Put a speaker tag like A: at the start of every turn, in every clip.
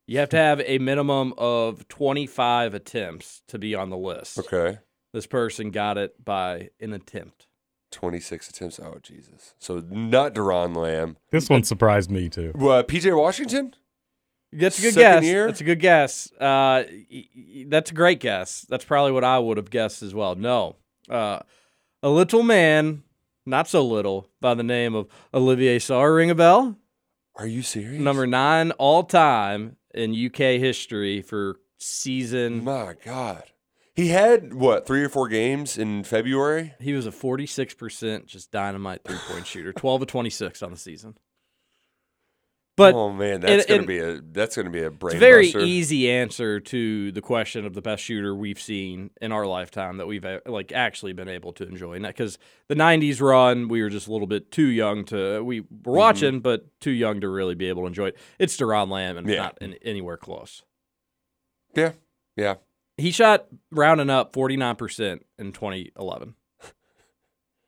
A: You have to have a minimum of 25 attempts to be on the list.
B: Okay.
A: This person got it by an attempt.
B: 26 attempts. Oh, Jesus. So not Deron Lamb.
C: This one surprised me too.
B: Well, PJ Washington?
A: That's a good
B: Second
A: guess.
B: year?
A: That's a good guess. Uh, y- y- that's a great guess. That's probably what I would have guessed as well. No, uh, a little man, not so little, by the name of Olivier Saar. Ring a bell?
B: Are you serious?
A: number nine all time in UK history for season.
B: My God. He had, what, three or four games in February?
A: He was a 46% just dynamite three point shooter, 12 of 26 on the season. But
B: oh, man. That's
A: and-
B: going to
A: and-
B: be a that's gonna be a
A: it's
B: brain
A: a very
B: buster.
A: easy answer to the question of the best shooter we've seen in our lifetime that we've uh, like actually been able to enjoy. Because the 90s run, we were just a little bit too young to, we
B: Mm-hmm.
A: were watching, but too young to really be able to enjoy it. It's Deron Lamb and it's
B: Yeah.
A: not in, anywhere close.
B: Yeah. Yeah.
A: He shot rounding up 49% in 2011.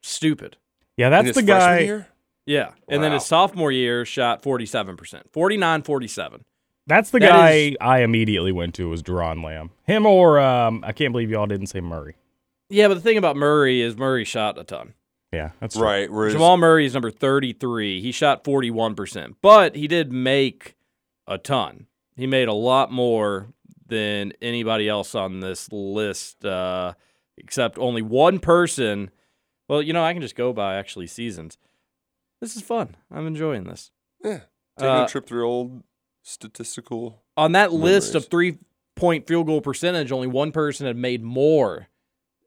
A: Stupid.
C: Yeah,
B: In
C: that's
B: his
C: the
B: freshman
C: guy.
B: year?
A: Yeah. And then his
B: Wow.
A: sophomore year shot 47%. 49 47.
C: That's the
A: That
C: guy
A: is-
C: I immediately went to was Duron Lamb. Him or um, I can't believe y'all didn't say Murray.
A: Yeah, but the thing about Murray is Murray shot a ton.
C: Yeah, that's true.
B: Right. Whereas
A: Jamal Murray is number 33. He shot 41%, but he did make a ton. He made a lot more than anybody else on this list, uh, except only one person. Well, you know, I can just go by actually seasons. This is fun. I'm enjoying this.
B: taking
A: uh,
B: a trip through old statistical.
A: On that list of
B: Memories.
A: three point field goal percentage, only one person had made more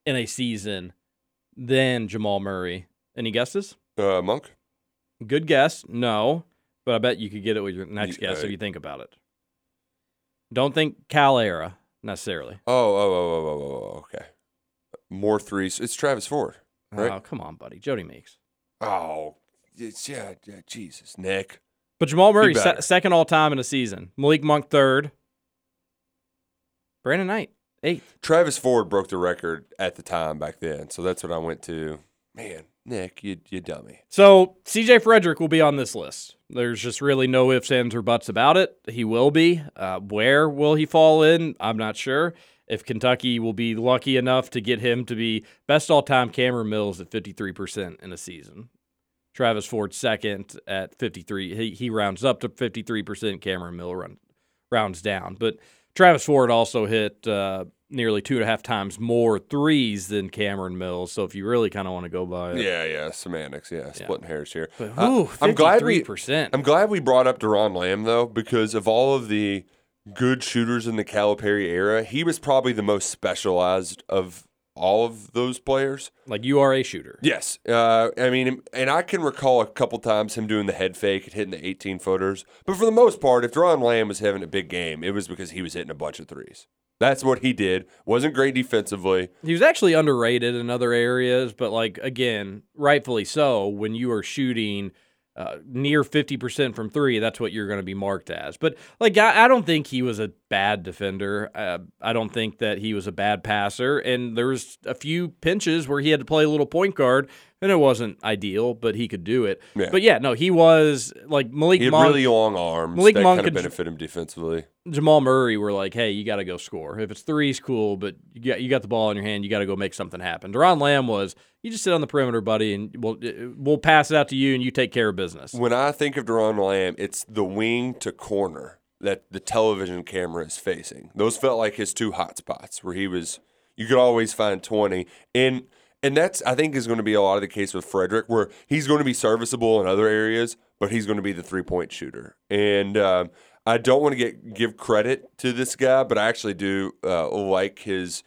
A: in a season than Jamal Murray. Any guesses?
B: Uh, Monk.
A: Good guess. No, but I bet you could get it with your next
B: Yeah,
A: guess
B: I-
A: if you think about it. Don't think Cal era necessarily.
B: Oh, oh, oh, oh, oh, oh, okay. More threes. It's Travis Ford, right?
A: Oh, come on, buddy. Jody Meeks.
B: Oh, it's, yeah, yeah. Jesus, Nick.
A: But Jamal Murray, se-
B: better.
A: second all time in a season. Malik Monk, third. Brandon Knight, eighth.
B: Travis Ford broke the record at the time back then, so that's what I went to. Man, Nick, you you dummy.
A: So CJ Frederick will be on this list. There's just really no ifs, ands, or buts about it. He will be. Uh, where will he fall in? I'm not sure. If Kentucky will be lucky enough to get him to be best all time Cameron Mills at 53% in a season. Travis Ford second at 53. He, he rounds up to 53%. Cameron Mill run, rounds down. But Travis Ford also hit uh, nearly two and a half times more threes than Cameron Mills. So if you really kind of want to go by it.
B: Yeah, yeah, semantics. Yeah, splitting hairs here.
A: But
B: Uh,
A: ooh,
B: I'm glad we.
A: 53%.
B: I'm glad we brought up Deron Lamb though, because of all of the good shooters in the Calipari era, he was probably the most specialized of all of those players.
A: Like you are a shooter.
B: Yes. Uh, I mean, and I can recall a couple times him doing the head fake and hitting the 18 footers. But for the most part, if Deron Lamb was having a big game, it was because he was hitting a bunch of threes. That's what he did. Wasn't great defensively.
A: He was actually underrated in other areas, but like again, rightfully so. When you are shooting uh, near fifty percent from three, that's what you're going to be marked as. But like, I, I don't think he was a bad defender. Uh, I don't think that he was a bad passer. And there was a few pinches where he had to play a little point guard, and it wasn't ideal, but he could do it.
B: Yeah.
A: But yeah, no, he was like Malik
B: He had
A: Monk,
B: really long arms.
A: Malik
B: that
A: Monk
B: kind of
A: could-
B: benefit him defensively.
A: Jamal Murray were like, "Hey, you got to go score. If it's threes, cool, but you got you got the ball in your hand. You got to go make something happen." Deron Lamb was, "You just sit on the perimeter, buddy, and we'll uh, we'll pass it out to you, and you take care of business."
B: When I think of Deron Lamb, it's the wing to corner that the television camera is facing. Those felt like his two hot spots where he was you could always find 20 and and that's I think is going to be a lot of the case with Frederick where he's going to be serviceable in other areas, but he's going to be the three-point shooter. And um, I don't want to get give credit to this guy, but I actually do uh, like his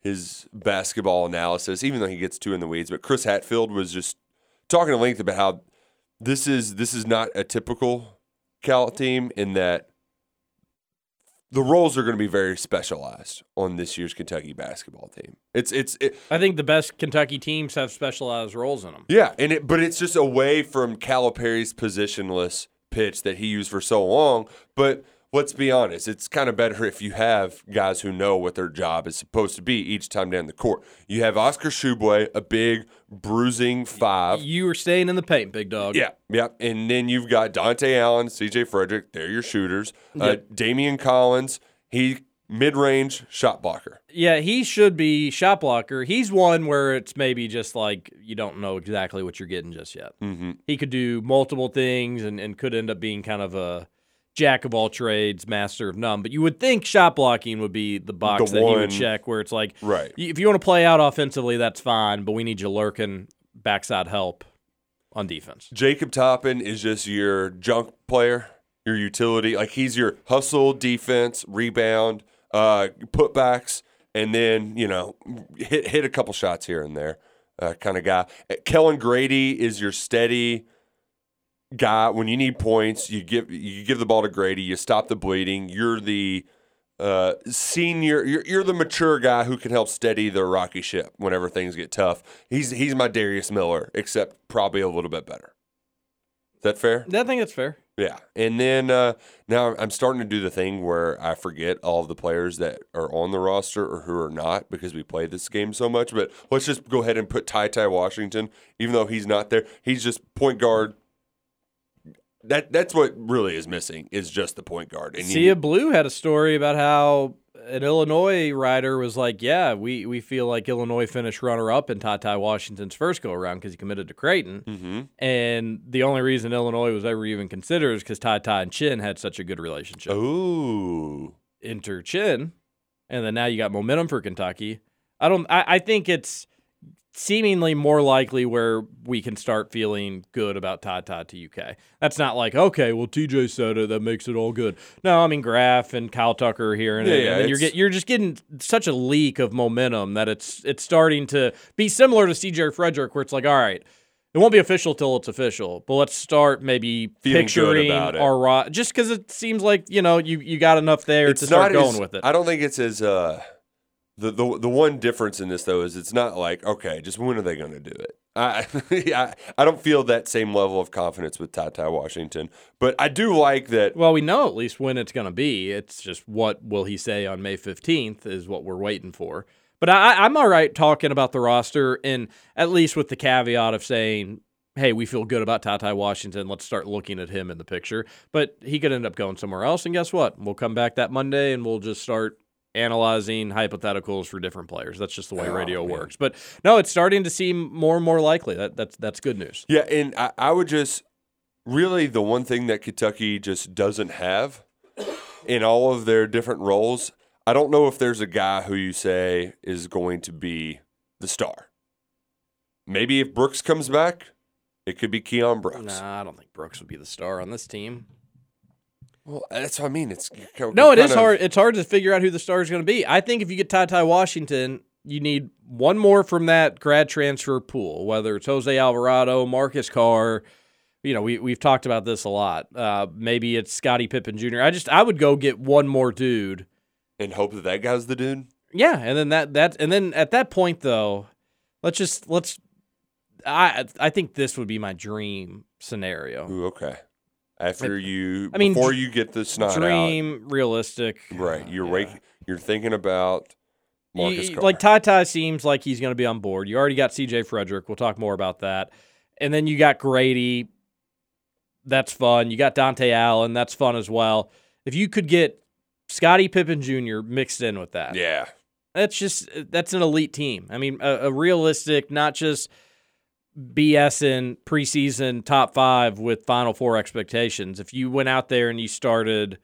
B: his basketball analysis, even though he gets two in the weeds. But Chris Hatfield was just talking at length about how this is this is not a typical Cal team in that the roles are going to be very specialized on this year's Kentucky basketball team. It's it's it,
A: I think the best Kentucky teams have specialized roles in them.
B: yeah, and it but it's just away from Calipari's positionless pitch that he used for so long. But let's be honest, it's kind of better if you have guys who know what their job is supposed to be each time down the court. You have Oscar Shubway, a big bruising five.
A: You were staying in the paint, big dog.
B: Yeah, yeah. And then you've got Dante Allen, CJ Frederick. They're your shooters. Uh, Damian Collins, he mid range shot blocker.
A: yeah, he should be shot blocker. He's one where it's maybe just like you don't know exactly what you're getting just yet.
B: Mm-hmm.
A: he could do multiple things and, and could end up being kind of a jack of all trades, master of none. But you would think shot blocking would be the box
B: The
A: that he
B: one-
A: would check where it's like,
B: Right.
A: y- if you want to play out offensively, that's fine, but we need you lurking backside help on defense.
B: Jacob Toppin is just your junk player, your utility. Like he's your hustle, defense, rebound, uh, putbacks, and then you know hit hit a couple shots here and there, uh, kind of guy. Uh, Kellen Grady is your steady guy. When you need points, you give you give the ball to Grady. You stop the bleeding. You're the uh, senior. You're, you're the mature guy who can help steady the rocky ship whenever things get tough. He's he's my Darius Miller, except probably a little bit better. Is that fair?
A: I think that's fair.
B: Yeah. And then uh, now I'm starting to do the thing where I forget all of the players that are on the roster or who are not because we play this game so much. But let's just go ahead and put Ty Ty Washington, even though he's not there. He's just point guard. That that's what really is missing is just the point guard. And you-
A: Sia Blue had a story about how an Illinois rider was like, "Yeah, we we feel like Illinois finished runner up in Tata Washington's first go around because he committed to Creighton,
B: Mm-hmm.
A: and the only reason Illinois was ever even considered is because Tata and Chin had such a good relationship,
B: Ooh.
A: inter Chin, and then now you got momentum for Kentucky. I don't. I, I think it's seemingly more likely where we can start feeling good about Tata to UK. That's not like, okay, well TJ said it, that makes it all good. No, I mean Graf and Kyle Tucker are here and,
B: Yeah,
A: and
B: yeah,
A: then you're
B: it's-
A: get, you're just getting such a leak of momentum that it's it's starting to be similar to CJ Frederick where it's like, all right, it won't be official till it's official, but let's start maybe
B: Feeling good
A: picturing
B: about it.
A: our ro- just because it seems like you know you, you got enough there to start
B: not
A: going
B: as-
A: with it.
B: I don't think it's as uh the, the the one difference in this though is it's not like okay, just when are they going to do it? I, I I don't feel that same level of confidence with Ty Ty Washington, but I do like that.
A: Well, we know at least when it's going to be. It's just what will he say on May 15th is what we're waiting for. But I, I'm all right talking about the roster, and at least with the caveat of saying, hey, we feel good about Ty Washington. Let's start looking at him in the picture. But he could end up going somewhere else. And guess what? We'll come back that Monday and we'll just start analyzing hypotheticals for different players. That's just the
B: Oh,
A: way radio works. But no, it's starting to seem more and more likely. That, that's, that's good news.
B: Yeah, and I, I would just really the one thing that Kentucky just doesn't have in all of their different roles. I don't know if there's a guy who you say is going to be the star. Maybe if Brooks comes back, it could be Keon Brooks.
A: Nah, I don't think Brooks would be the star on this team.
B: Well, that's what I mean. It's
A: No, it is hard. It's hard to figure out who the star is going to be. I think if you get Ty Ty Washington, you need one more from that grad transfer pool, whether it's Jose Alvarado, Marcus Carr. You know, we we've talked about this a lot. Uh, maybe it's Scottie Pippen Jr. I just I would go get one more dude.
B: and hope that that guy's the dude.
A: Yeah, and then that that and then at that point though, let's just let's. I I think this would be my dream scenario.
B: Ooh, okay. After you,
A: I mean,
B: before
A: dr-
B: you get the snot
A: dream, realistic.
B: out, right? You're
A: Yeah.
B: wake, you're thinking about Marcus
A: you,
B: Carr.
A: Like Ty Ty seems like he's going to be on board. You already got C.J. Frederick. We'll talk more about that. And then you got Grady. That's fun. You got Dante Allen. That's fun as well. If you could get Scottie Pippen Jr. mixed in with that,
B: yeah,
A: that's just that's an elite team. I mean, a, a realistic, not just BS in preseason top five with Final Four expectations. If you went out there and you started.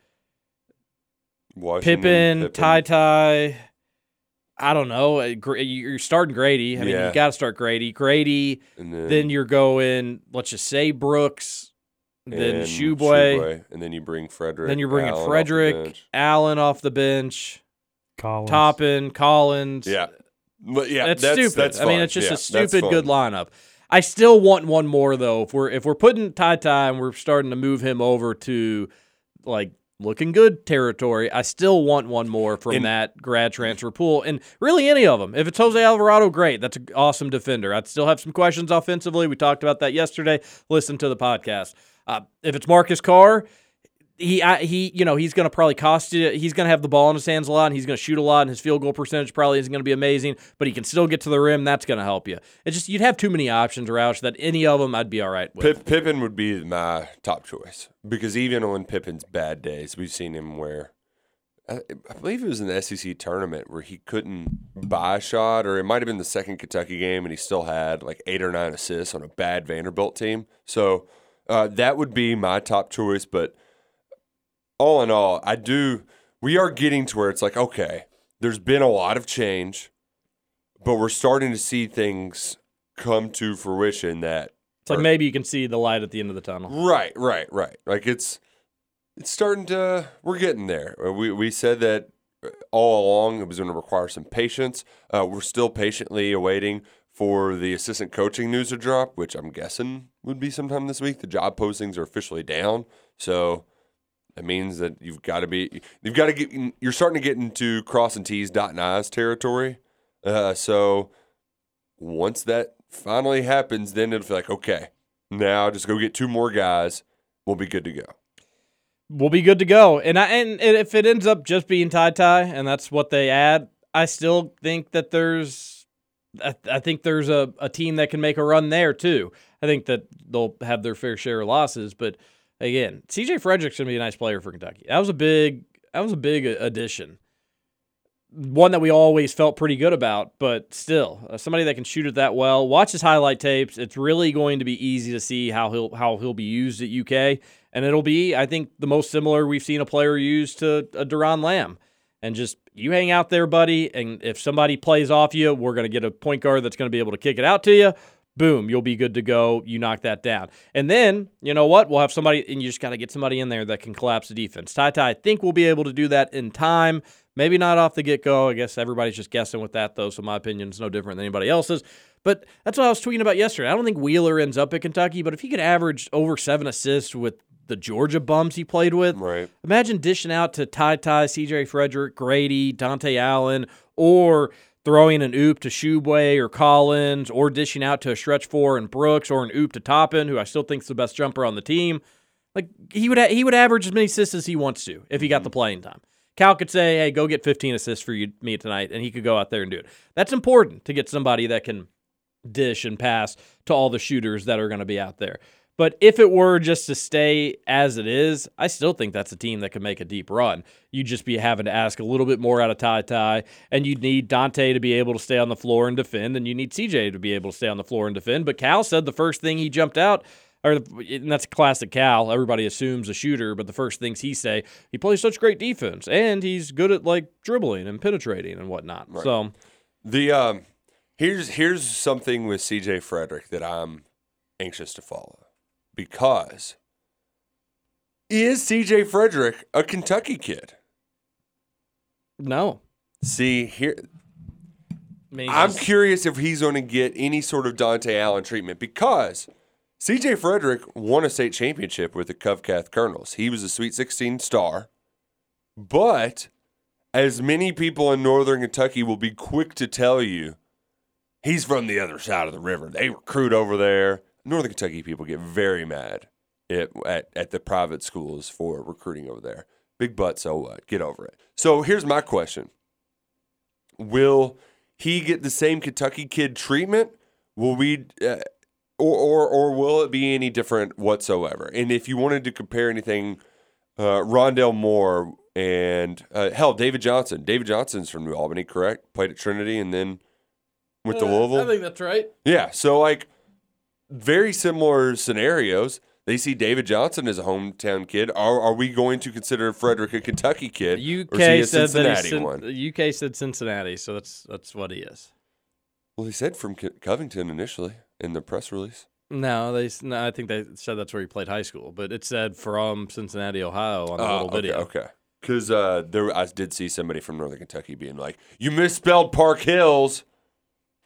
B: Washington,
A: Pippin, Ty Ty. I don't know. uh, Gr- You're starting Grady. I mean,
B: Yeah.
A: you got to start Grady. Grady.
B: and then,
A: Then you're going. Let's just say Brooks. Then
B: and
A: Shoeboy.
B: Shoeboy, and then you bring Frederick.
A: Then you're bringing
B: Allen off the
A: Frederick
B: bench.
A: Allen off the bench.
C: Collins.
A: Toppin, Collins.
B: Yeah, but yeah,
A: that's,
B: that's,
A: stupid.
B: that's
A: I mean,
B: fun.
A: it's just
B: Yeah,
A: a
B: that's
A: stupid good
B: fun.
A: lineup. I still want one more though. If we're if we're putting Ty Ty and we're starting to move him over to like looking good territory, I still want one more from
B: And-
A: that grad transfer pool, and really any of them. If it's Jose Alvarado, great. That's an awesome defender. I'd still have some questions offensively. We talked about that yesterday. Listen to the podcast. Uh, if it's Marcus Carr, he I, he you know he's going to probably cost you he's going to have the ball in his hands a lot and he's going to shoot a lot and his field goal percentage probably isn't going to be amazing but he can still get to the rim that's going to help you it's just you'd have too many options Roush that any of them I'd be all right with
B: Pip, Pippin would be my top choice because even on Pippin's bad days, we've seen him where I, I believe it was in the SEC tournament where he couldn't buy a shot, or it might have been the second Kentucky game, and he still had like eight or nine assists on a bad Vanderbilt team. So uh, that would be my top choice. But all in all, I do. We are getting to where it's like okay, there's been a lot of change, but we're starting to see things come to fruition that
A: it's like maybe you can see the light at the end of the tunnel
B: Right, right, right. Like it's it's starting to we're getting there. Uh, We we said that uh, all along it was going to require some patience. Uh, we're still patiently awaiting for the assistant coaching news to drop, which I'm guessing would be sometime this week. The job postings are officially down, so it means that you've got to be you've got to get you're starting to get into cross and T's dot and I's territory. Uh, so once that finally happens, then it'll feel like okay, now just go get two more guys. We'll be good to go.
A: we'll be good to go. And I and if it ends up just being tie tie, and that's what they add, I still think that there's, I, I think there's a, a team that can make a run there too. I think that they'll have their fair share of losses, but again, C.J. Frederick's gonna be a nice player for Kentucky. That was a big that was a big addition. One that we always felt pretty good about, but still, uh, somebody that can shoot it that well. Watch his highlight tapes. It's really going to be easy to see how he'll how he'll be used at UK, and it'll be, I think, the most similar we've seen a player used to a Duron Lamb. And just you hang out there, buddy, and if somebody plays off you, we're going to get a point guard that's going to be able to kick it out to you. Boom, you'll be good to go. You knock that down. And then, you know what? We'll have somebody, and you just got to get somebody in there that can collapse the defense. Ty Ty, I think we'll be able to do that in time. Maybe not off the get go. I guess everybody's just guessing with that, though. So my opinion's no different than anybody else's. But that's what I was tweeting about yesterday. I don't think Wheeler ends up at Kentucky, but if he could average over seven assists with the Georgia bums he played with,
B: Right.
A: imagine dishing out to Ty Ty, CJ Frederick, Grady, Dante Allen, or throwing an oop to Shubway or Collins, or dishing out to a stretch four and Brooks, or an oop to Toppin, who I still think's the best jumper on the team. Like he would, he would average as many assists as he wants to if he got the playing time. Cal could say, "Hey, go get 15 assists for you, me tonight," and he could go out there and do it. That's important to get somebody that can dish and pass to all the shooters that are going to be out there. But if it were just to stay as it is, I still think that's a team that could make a deep run. You'd just be having to ask a little bit more out of Ty Ty, and you'd need Dante to be able to stay on the floor and defend, and you need CJ to be able to stay on the floor and defend. But Cal said the first thing he jumped out, or and that's classic Cal. Everybody assumes a shooter, but the first things he say, he plays such great defense, and he's good at like dribbling and penetrating and whatnot. So
B: The um, here's here's something with C.J. Frederick that I'm anxious to follow because is C.J. Frederick a Kentucky kid?
A: no,
B: See here,
A: I mean,
B: I'm
A: he's-
B: curious if he's going to get any sort of Dante Allen treatment because C.J. Frederick won a state championship with the Covcath Colonels. He was a Sweet 16 star, but as many people in Northern Kentucky will be quick to tell you, he's from the other side of the river. They recruit over there. Northern Kentucky people get very mad at, at, at the private schools for recruiting over there. Big butt, so what? Get over it. So here's my question Will he get the same Kentucky kid treatment? Will we, uh, or, or, or will it be any different whatsoever? And if you wanted to compare anything, uh, Rondell Moore and uh, hell, David Johnson. David Johnson's from New Albany, correct? Played at Trinity and then went to Louisville.
A: Uh, I think that's right.
B: Yeah. So like very similar scenarios. They see David Johnson as a hometown kid. Are, are we going to consider Frederick a Kentucky kid? or is he
A: UK
B: a
A: said that
B: Cincinnati
A: he's Cin-
B: one?
A: UK said Cincinnati, so that's that's what he is.
B: Well, he said from Co- Covington initially in the press release.
A: No, they s- no, I think they said that's where he played high school, but it said from Cincinnati, Ohio on the
B: Ah,
A: little
B: okay,
A: video.
B: Okay. Because uh, there, I did see somebody from Northern Kentucky being like, "You misspelled Park Hills."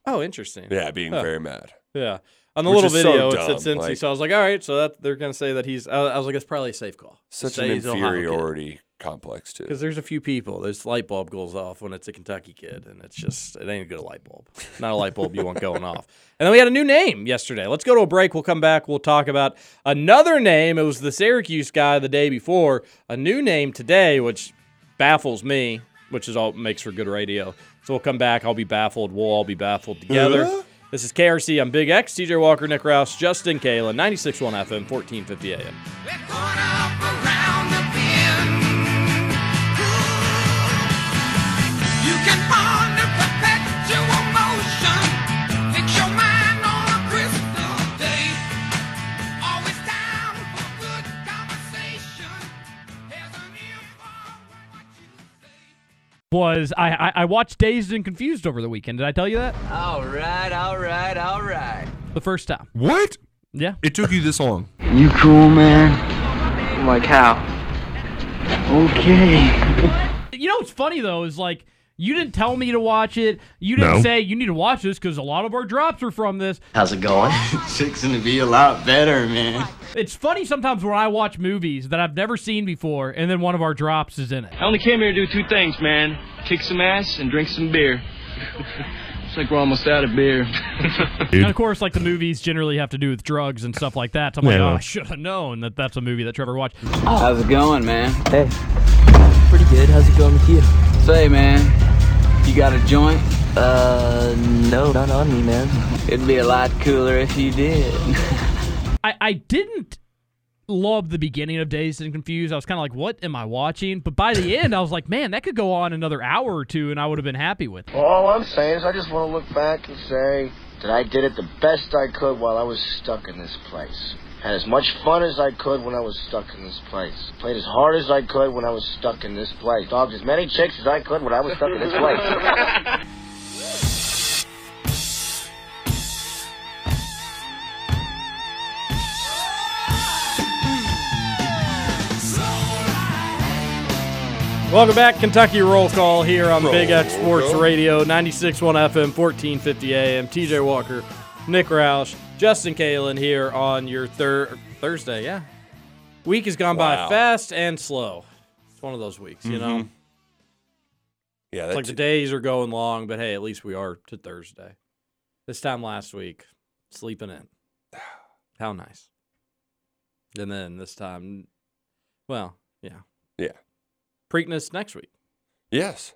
A: Oh, interesting.
B: Yeah, being
A: Huh.
B: very mad.
A: Yeah. On the
B: Which
A: little
B: is so
A: video, it said
B: dumb,
A: Cincy,
B: like-
A: so I was like, all right, so that they're gonna say that he's. I, I was like, it's probably a safe call.
B: Such an inferiority complex too.
A: Because there's a few people, this light bulb goes off when it's a Kentucky kid, and it's just it ain't a good light bulb. Not a light bulb you want going off. And then we had a new name yesterday. Let's go to a break. We'll come back. We'll talk about another name. It was the Syracuse guy the day before. A new name today, which baffles me, which is all makes for good radio. So we'll come back. I'll be baffled. We'll all be baffled together. This is KRC. I'm Big X, TJ Walker, Nick Rouse, Justin Kalen, 96.1 FM, 1450 AM.
D: We're caught up around the bend. You can ponder perpetual motion. Fix your mind on a crystal day. Always down for good conversation. There's an ear for what you say.
E: was I, I I watched Dazed and Confused over the weekend. Did I tell you that?
F: All right, all right, all right.
E: The first time.
G: What?
E: Yeah.
G: It took you this long.
F: You cool, man? I'm like, how? Okay.
E: You know what's funny though is like you didn't tell me to watch it. You didn't
G: No.
E: say you need to watch this because a lot of our drops are from this.
F: How's it going? it's fixing to be a lot better, man.
E: It's funny sometimes when I watch movies that I've never seen before and then one of our drops is in it.
H: I only came here to do two things, man kick some ass and drink some beer.
F: think we're almost out of beer.
E: And of course, like the movies generally have to do with drugs and stuff like that. So I'm like,
C: Yeah.
E: oh, I should have known that that's a movie that Trevor watched.
F: How's it going, man?
G: Hey, pretty good. How's it going with you?
F: Say, man, you got a joint?
G: Uh, no, not on me, man.
F: It'd be a lot cooler if you did.
E: I, I didn't love the beginning of Dazed and Confused. I was kind of like, what am I watching? But by the end, I was like, man, that could go on another hour or two, and I would have been happy with it.
I: All I'm saying is I just want to look back and say that I did it the best I could while I was stuck in this place. Had as much fun as I could when I was stuck in this place. Played as hard as I could when I was stuck in this place. Dogged as many chicks as I could when I was stuck in this place.
A: Welcome back, Kentucky Roll Call here on Big X Sports
C: Call.
A: Radio, 96.1 FM, 1450 AM. TJ Walker, Nick Roush, Justin Kalen here on your thir- Thursday. Yeah. Week has gone
B: Wow.
A: by fast and slow. It's one of those weeks, you know?
B: Mhm.
A: It's
B: Yeah, that's
A: like the days are going long, but hey, at least we are to Thursday. This time last week, sleeping in. How nice. And then this time, well, yeah.
B: Yeah.
A: Preakness next week.
B: Yes.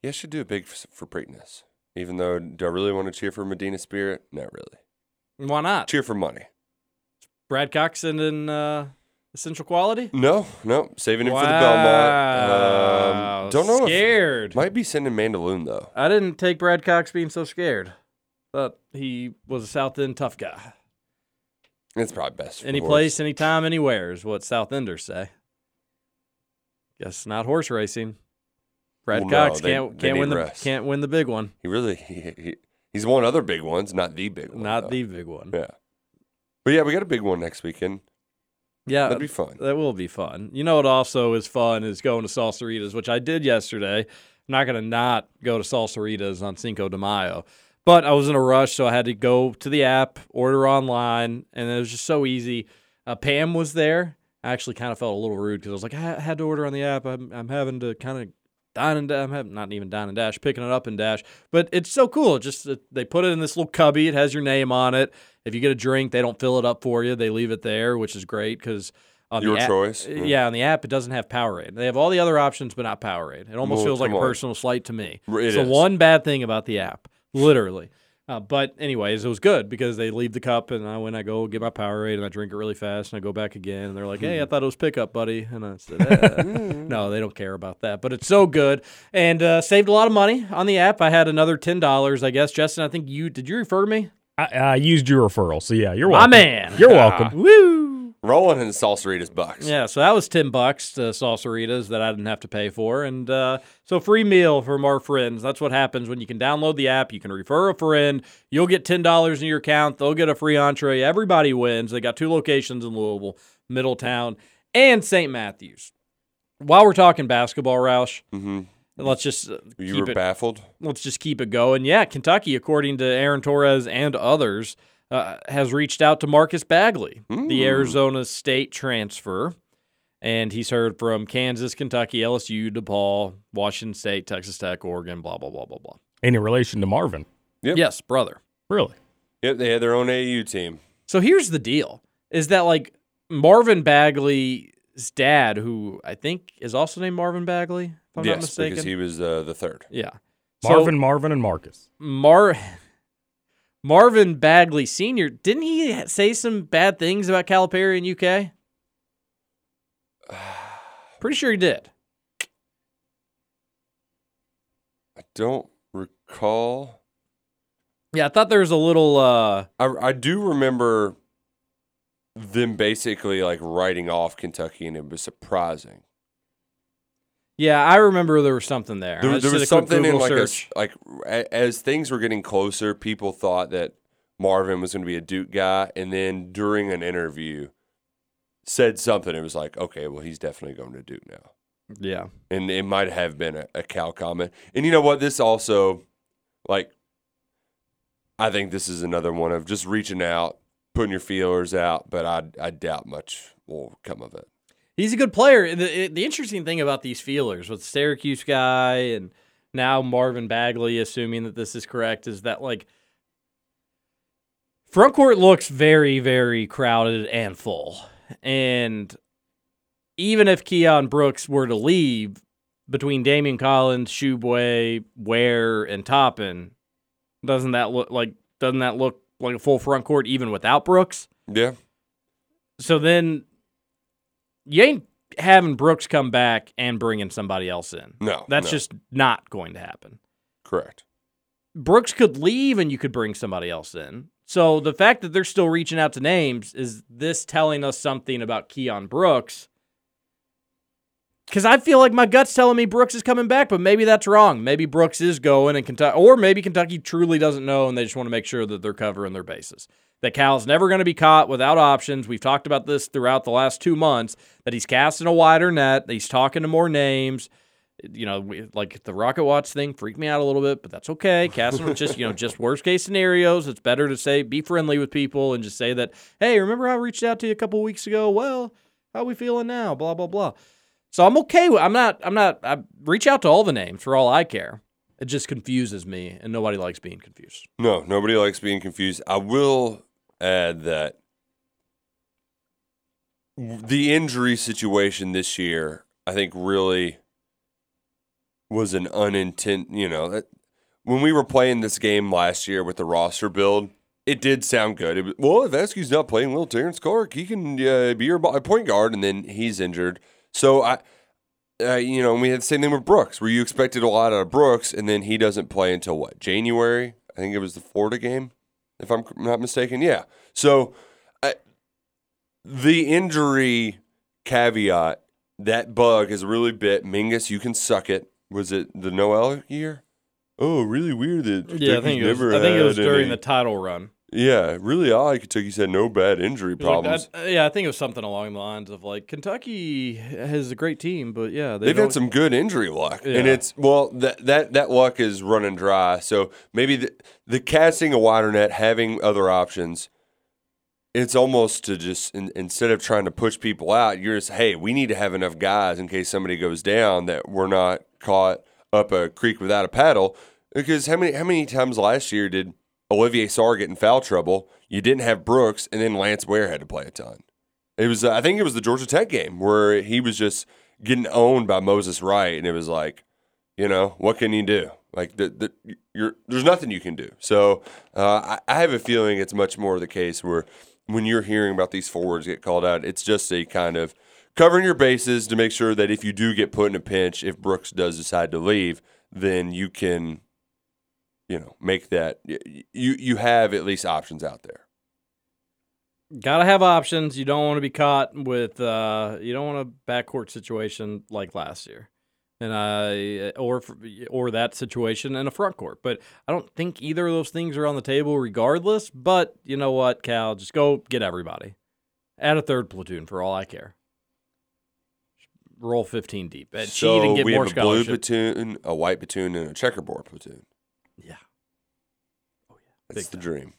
B: Yeah, I should do a big for, for Preakness. Even though, do I really want to cheer for Medina Spirit? Not really.
A: Why not?
B: Cheer for money.
A: Brad Cox and in uh, Essential Quality?
B: No, no. Saving him for the
A: Wow.
B: Belmont. Um, don't know.
A: Scared.
B: If, might be sending Mandaloon, though.
A: I didn't take Brad Cox being so scared. Thought he was a South End tough guy.
B: It's probably best. For
A: Any
B: the
A: place, anytime, anywhere is what South Enders say. Guess not horse racing. Brad
B: Well, no,
A: Cox
B: they-
A: can't
B: they
A: can't win
B: need
A: the
B: rest.
A: can't win the big one.
B: horse. He really, he, he, he's won other big ones, not the big one.
A: Not
B: though.
A: the big one.
B: Yeah. But yeah, we got a big one next weekend.
A: Yeah,
B: That'd be fun.
A: That will be fun. You know what also is fun is going to Salsaritas, which I did yesterday. I'm not going to not go to Salsaritas on Cinco de Mayo. But I was in a rush, so I had to go to the app, order online, and it was just so easy. Uh, Pam was there. I actually kind of felt a little rude because I was like, I I had to order on the app. I'm, I'm having to kind of dine and I'm having, not even dine and dash, picking it up and dash. But it's so cool. It Just uh, they put it in this little cubby. It has your name on it. If you get a drink, they don't fill it up for you. They leave it there, which is great because on
B: Your
A: the app-
B: choice, yeah.
A: Yeah, on the app it doesn't have Powerade. They have all the other options, but not Powerade. It almost
B: Well,
A: feels like a
B: come on.
A: personal slight to me.
B: R- it
A: it's the
B: is.
A: one bad thing about the app, literally. Uh, but anyways, it was good because they leave the cup, and I, when I go get my Powerade, and I drink it really fast, and I go back again, and they're like,
B: Hmm.
A: "Hey, I thought it was pickup, buddy," and I said, "Eh." "No, they don't care about that." But it's so good, and uh, saved a lot of money on the app. I had another ten dollars, I guess. Justin, I think you did. You refer me?
C: I, I used your referral, so yeah, you're
A: My
C: welcome.
A: man.
C: You're welcome.
A: Woo!
B: Rolling in Salsaritas bucks.
A: Yeah, so that was ten bucks to salsaritas that I didn't have to pay for, and uh, so free meal from our friends. That's what happens when you can download the app. You can refer a friend. You'll get ten dollars in your account. They'll get a free entree. Everybody wins. They got two locations in Louisville, Middletown, and St. Matthews. While we're talking basketball, Roush,
B: Mhm.
A: let's just uh,
B: You
A: keep
B: were
A: it
B: baffled?
A: let's just keep it going. Yeah, Kentucky, according to Aaron Torres and others, uh, has reached out to Marcus Bagley,
B: Hmm.
A: the Arizona State transfer. And he's heard from Kansas, Kentucky, LSU, DePaul, Washington State, Texas Tech, Oregon, blah, blah, blah, blah, blah.
C: Any relation to Marvin?
B: Yep.
A: Yes, brother.
C: Really?
B: Yep, they had their own AU team.
A: So here's the deal is that like Marvin Bagley's dad, who I think is also named Marvin Bagley, if I'm not
B: yes,
A: mistaken.
B: because he was uh, the third.
A: yeah. So-
C: Marvin, Marvin, and Marcus.
A: Mar Marvin Bagley Sr. Didn't he ha- say some bad things about Calipari in UK? Pretty sure he did.
B: I don't recall.
A: Yeah, I thought there was a little. uh
B: I, I do remember them basically like writing off Kentucky, and it was surprising.
A: Yeah, I remember there was something there. I
B: There,
A: just
B: there
A: did
B: was
A: a quick
B: something in
A: Google
B: like a,
A: search.
B: like a- as things were getting closer, people thought that Marvin was going to be a Duke guy, and then during an interview, said something. It was like, okay, well, he's definitely going to Duke now.
A: yeah,
B: and it might have been a, a Cal comment. And you know what? This also, like, I think this is another one of just reaching out, putting your feelers out, but I I doubt much will come of it.
A: he's a good player. The, the interesting thing about these feelers with Syracuse guy and now Marvin Bagley, assuming that this is correct, is that like front court looks very, very crowded and full. And even if Keon Brooks were to leave between Damian Collins, Shubway, Ware, and Toppin, doesn't that look like doesn't that look like a full front court even without Brooks?
B: Yeah.
A: So then you ain't having Brooks come back and bringing somebody else in.
B: No,
A: That's
B: no.
A: just not going to happen.
B: Correct.
A: Brooks could leave and you could bring somebody else in. So the fact that they're still reaching out to names is this telling us something about Keon Brooks? Because I feel like my gut's telling me Brooks is coming back, but maybe that's wrong. Maybe Brooks is going and Kentucky, or maybe Kentucky truly doesn't know and they just want to make sure that they're covering their bases. That Cal's never going to be caught without options. We've talked about this throughout the last two months that he's casting a wider net, that he's talking to more names you know, we, like the rocket watch thing freaked me out a little bit, but that's okay. Casting was just, you know, just worst case scenarios. It's better to say be friendly with people and just say that, hey, remember I reached out to you a couple weeks ago? Well, how we feeling now? Blah blah blah. So I'm okay with. I'm not. I'm not. I reach out to all the names for all I care. It just confuses me, and nobody likes being confused.
B: No, nobody likes being confused. I will add that the injury situation this year, I think, really was an unintent. You know, that, when we were playing this game last year with the roster build, it did sound good. It was, well, if Eske's not playing, well, Terrence Clark, he can uh, be your bo- point guard, and then he's injured. So I. Uh, you know, and we had the same thing with Brooks, where you expected a lot out of Brooks, and then he doesn't play until what January? I think it was the Florida game, if I'm c- not mistaken. Yeah. So I, the injury caveat, that bug has really bit Mingus. You can suck it. Was it the Noel year? Oh, really weird that Kentucky's never had any-
A: title run.
B: yeah, really odd. Kentucky's had no bad injury
A: It was like-
B: problems.
A: I- yeah, I think it was something along the lines of like Kentucky has a great team, but yeah, they
B: They've
A: don't-
B: had some good injury luck, and
A: Yeah.
B: it's well that that that luck is running dry. So maybe the, the casting a wider net, having other options, it's almost to just in, instead of trying to push people out, you're just hey, we need to have enough guys in case somebody goes down that we're not caught up a creek without a paddle. Because how many how many times last year did Olivier Sarr get in foul trouble? You didn't have Brooks, and then Lance Ware had to play a ton. It was, I think it was the Georgia Tech game where he was just getting owned by Moses Wright, and it was like, you know, what can you do? Like, the, the, you're, there's nothing you can do. So uh, I, I have a feeling it's much more the case where when you're hearing about these forwards get called out, it's just a kind of covering your bases to make sure that if you do get put in a pinch, if Brooks does decide to leave, then you can, you know, make that y- y- you you have at least options out there.
A: Gotta have options. You don't want to be caught with uh, you don't want a backcourt situation like last year, and I or f- or that situation in a front court. But I don't think either of those things are on the table, regardless. But you know what, Cal, just go get everybody. Add a third platoon for all I care. Roll fifteen deep. Uh,
B: so
A: cheat and get
B: we
A: more
B: have a blue
A: scholarship.
B: platoon, a white platoon, and a checkerboard platoon.
A: Yeah.
B: That's the dream.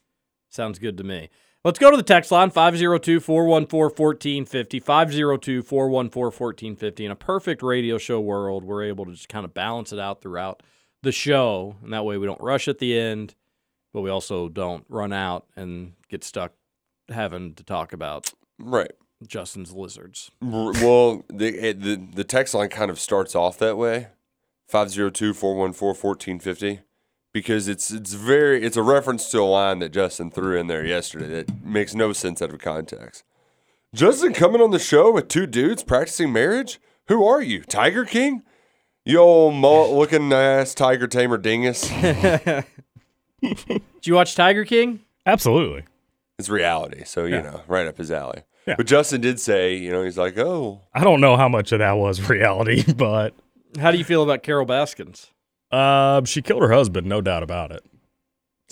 A: Sounds good to me. Let's go to the text line 502 414 1450. 502 414 1450. In a perfect radio show world, we're able to just kind of balance it out throughout the show. And that way we don't rush at the end, but we also don't run out and get stuck having to talk about
B: Right.
A: Justin's lizards.
B: R- well, the, it, the the text line kind of starts off that way 502-414-1450 because it's it's very it's a reference to a line that Justin threw in there yesterday that makes no sense out of context. Justin coming on the show with two dudes practicing marriage? Who are you? Tiger King? You old mullet looking ass tiger tamer dingus.
A: Did you watch Tiger King?
C: Absolutely.
B: It's reality, so you know, right up his alley.
C: Yeah.
B: But Justin did say, you know, he's like, "Oh,
C: I don't know how much of that was reality, but
A: How do you feel about Carol Baskins?
C: uh, she killed her husband, no doubt about it.
B: uh,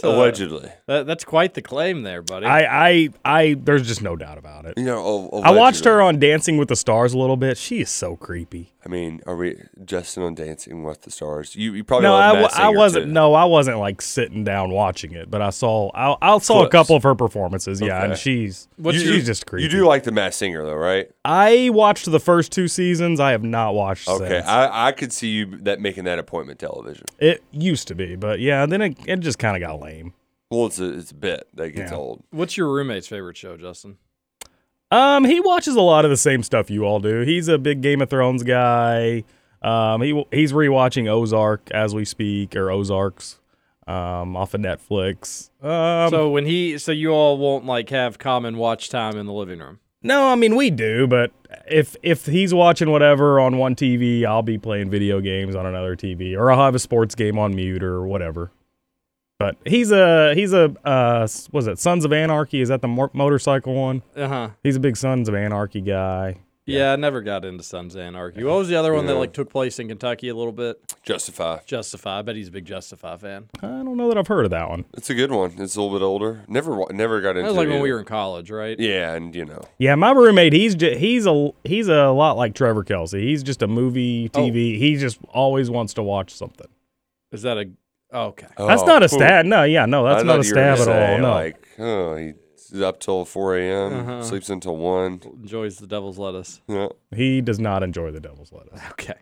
A: So-
B: allegedly."
A: That, that's quite the claim there, buddy.
C: I, I, I, there's just no doubt about it.
B: You know, al-
C: I watched
B: allegedly.
C: her on Dancing with the Stars a little bit. She is so creepy.
B: I mean, are we Justin on Dancing with the Stars? You, you probably
C: No,
B: love
C: I,
B: Matt
C: w- I
B: Singer,
C: wasn't.
B: too.
C: No, I wasn't like sitting down watching it, but I saw. I, I saw a
B: Clips.
C: couple of her performances. Yeah,
B: Okay.
C: and she's
A: What's
C: she's
A: your-
C: just creepy.
B: You do like the Matt Singer though, right?
C: I watched the first two seasons. I have not watched
B: Okay,
C: since.
B: I, I could see you that making that appointment television.
C: It used to be, but yeah, then it, it just kind of got lame.
B: Well, it's a it's a bit that gets
C: Yeah.
B: old.
A: What's your roommate's favorite show, Justin?
C: Um, he watches a lot of the same stuff you all do. He's a big Game of Thrones guy. Um, he he's rewatching Ozark as we speak, or Ozarks, um, off of Netflix. Um,
A: so when he, so you all won't like have common watch time in the living room.
C: No, I mean we do, but if if he's watching whatever on one TV, I'll be playing video games on another TV, or I'll have a sports game on mute or whatever. But he's a he's a uh was it Sons of Anarchy? Is that the mor- motorcycle one?
A: Uh huh.
C: He's a big Sons of Anarchy guy.
A: Yeah. I never got into Sons of Anarchy. What was the other one that
C: Yeah.
A: like took place in Kentucky a little bit?
B: Justify.
A: Justify. I bet he's a big Justify fan.
C: I don't know that I've heard of that one.
B: It's a good one. It's a little bit older. Never wa- never got into.
A: That was like
B: it
A: when we
B: either.
A: were in college, right?
B: Yeah, and you know.
C: Yeah, my roommate, he's just, he's a he's a lot like Trevor Kelsey. He's just a movie
B: Oh.
C: TV. He just always wants to watch something.
A: Is that a? oh, okay.
C: That's not a stat. No, yeah, no, that's
B: I
C: not a
B: thought you were gonna
C: stab at all,
B: say,
C: no.
B: Like, oh, he's up till 4 a.m.,
A: Uh-huh.
B: sleeps until 1.
A: Enjoys the devil's lettuce.
B: Yeah.
C: He does not enjoy the Devil's Lettuce.
A: Okay.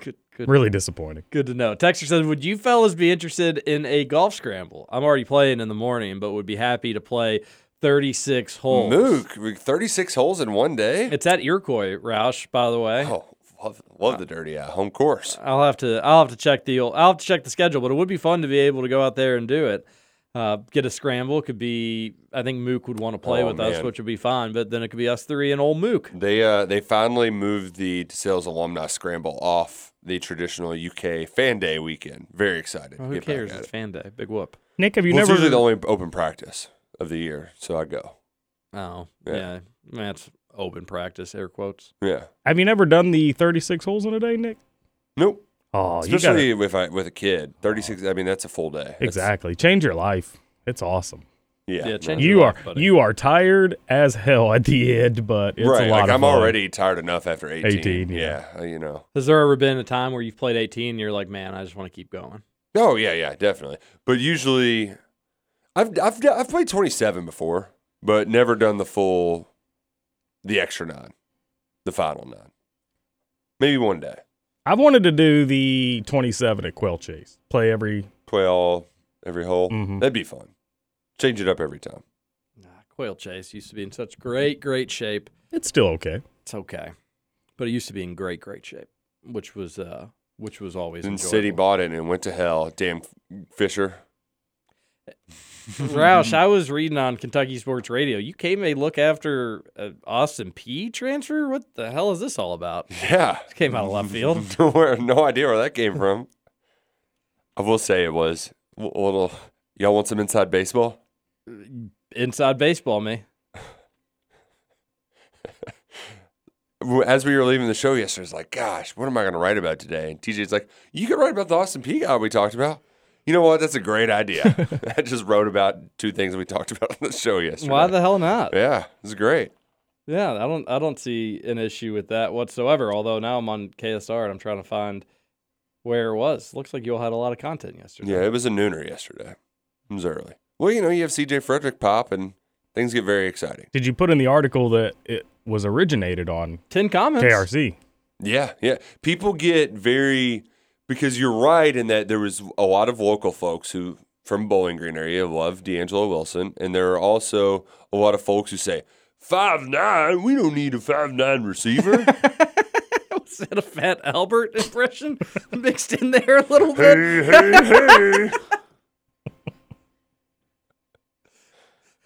A: Good. Good.
C: Really disappointing.
A: Good to know. Texter says, "Would you fellas be interested in a golf scramble? I'm already playing in the morning, but would be happy to play 36 holes.
B: Mook, with 36 holes in one day?
A: It's at Iroquois, Roush. By the way,
B: Oh, love, love the dirty eye. Home course.
A: I'll have to I'll have to check the old, I'll have to check the schedule, but it would be fun to be able to go out there and do it. Uh, get a scramble could be. I think Mook would want to play
B: Oh,
A: with us,
B: man.
A: which would be fine. But then it could be us three and old Mook.
B: They uh, they finally moved the DeSales Alumni Scramble off the traditional UK Fan Day weekend. Very excited.
A: Well, who
B: Get back
A: cares?
B: at
A: It's
B: it.
A: fan day. Big whoop.
C: Nick, have you
B: Well,
C: never
B: It's usually the only open practice of the year, so I go.
A: Oh
B: Yeah.
A: yeah, that's open practice. Air quotes.
B: Yeah.
C: have you never done the 36 holes in a day, Nick?
B: Nope.
C: Oh, you got
B: Especially with I, with a kid. 36, I mean, that's a full day. That's-
C: exactly. Change your life. It's awesome.
B: Yeah.
A: Yeah, change
C: You
A: your
C: are
A: life, buddy.
C: you are tired as hell at the end, but it's
B: right.
C: a lot
B: like,
C: of
B: I'm
C: fun.
B: already tired enough after 18.
C: 18,
B: yeah.
C: yeah.
B: uh, you know.
A: Has there ever been a time where you've played 18 and you're like, man, I just want to keep going?
B: Oh, yeah, yeah, definitely. But usually, I've, I've, I've played 27 before, but never done the full, the extra nine, the final nine. Maybe one day.
C: I've wanted to do the 27 at Quail Chase. Play every
B: Play all, every hole.
C: Mhm.
B: That'd be fun. Change it up every time.
A: Nah, Quail Chase used to be in such great, great shape.
C: It's still okay.
A: It's okay, but it used to be in great, great shape, which was uh, which was always
B: Then
A: enjoyable.
B: City bought it and went to hell. Damn Fisher.
A: Roush,
B: Mm-hmm.
A: I was reading on Kentucky Sports Radio. UK may look after an Austin P transfer. What the hell is this all about?
B: Yeah.
A: It came out of left field.
B: Where- no idea where that came from. I will say it was a little. Y'all want some inside baseball?
A: Inside baseball, me.
B: as we were leaving the show yesterday, it's like, gosh, what am I going to write about today? And TJ's like, you could write about the Austin P guy we talked about. You know what? That's a great idea. I just wrote about two things we talked about on the show yesterday.
A: Why the hell not?
B: yeah, it's great.
A: Yeah, I don't I don't see an issue with that whatsoever. Although now I'm on KSR and I'm trying to find where it was. Looks like you all had a lot of content yesterday.
B: Yeah, it was a nooner yesterday. It was early. Well, you know, you have CJ Frederick pop and things get very exciting.
C: Did you put in the article that it was originated on
A: Ten comments.
C: KRC?
B: Yeah, yeah. People get very because you're right in that there was a lot of local folks who from Bowling Green area love D'Angelo Wilson, and there are also a lot of folks who say five nine. We don't need a five nine receiver.
A: Was that a Fat Albert impression mixed in there a little bit?
B: hey, hey, hey.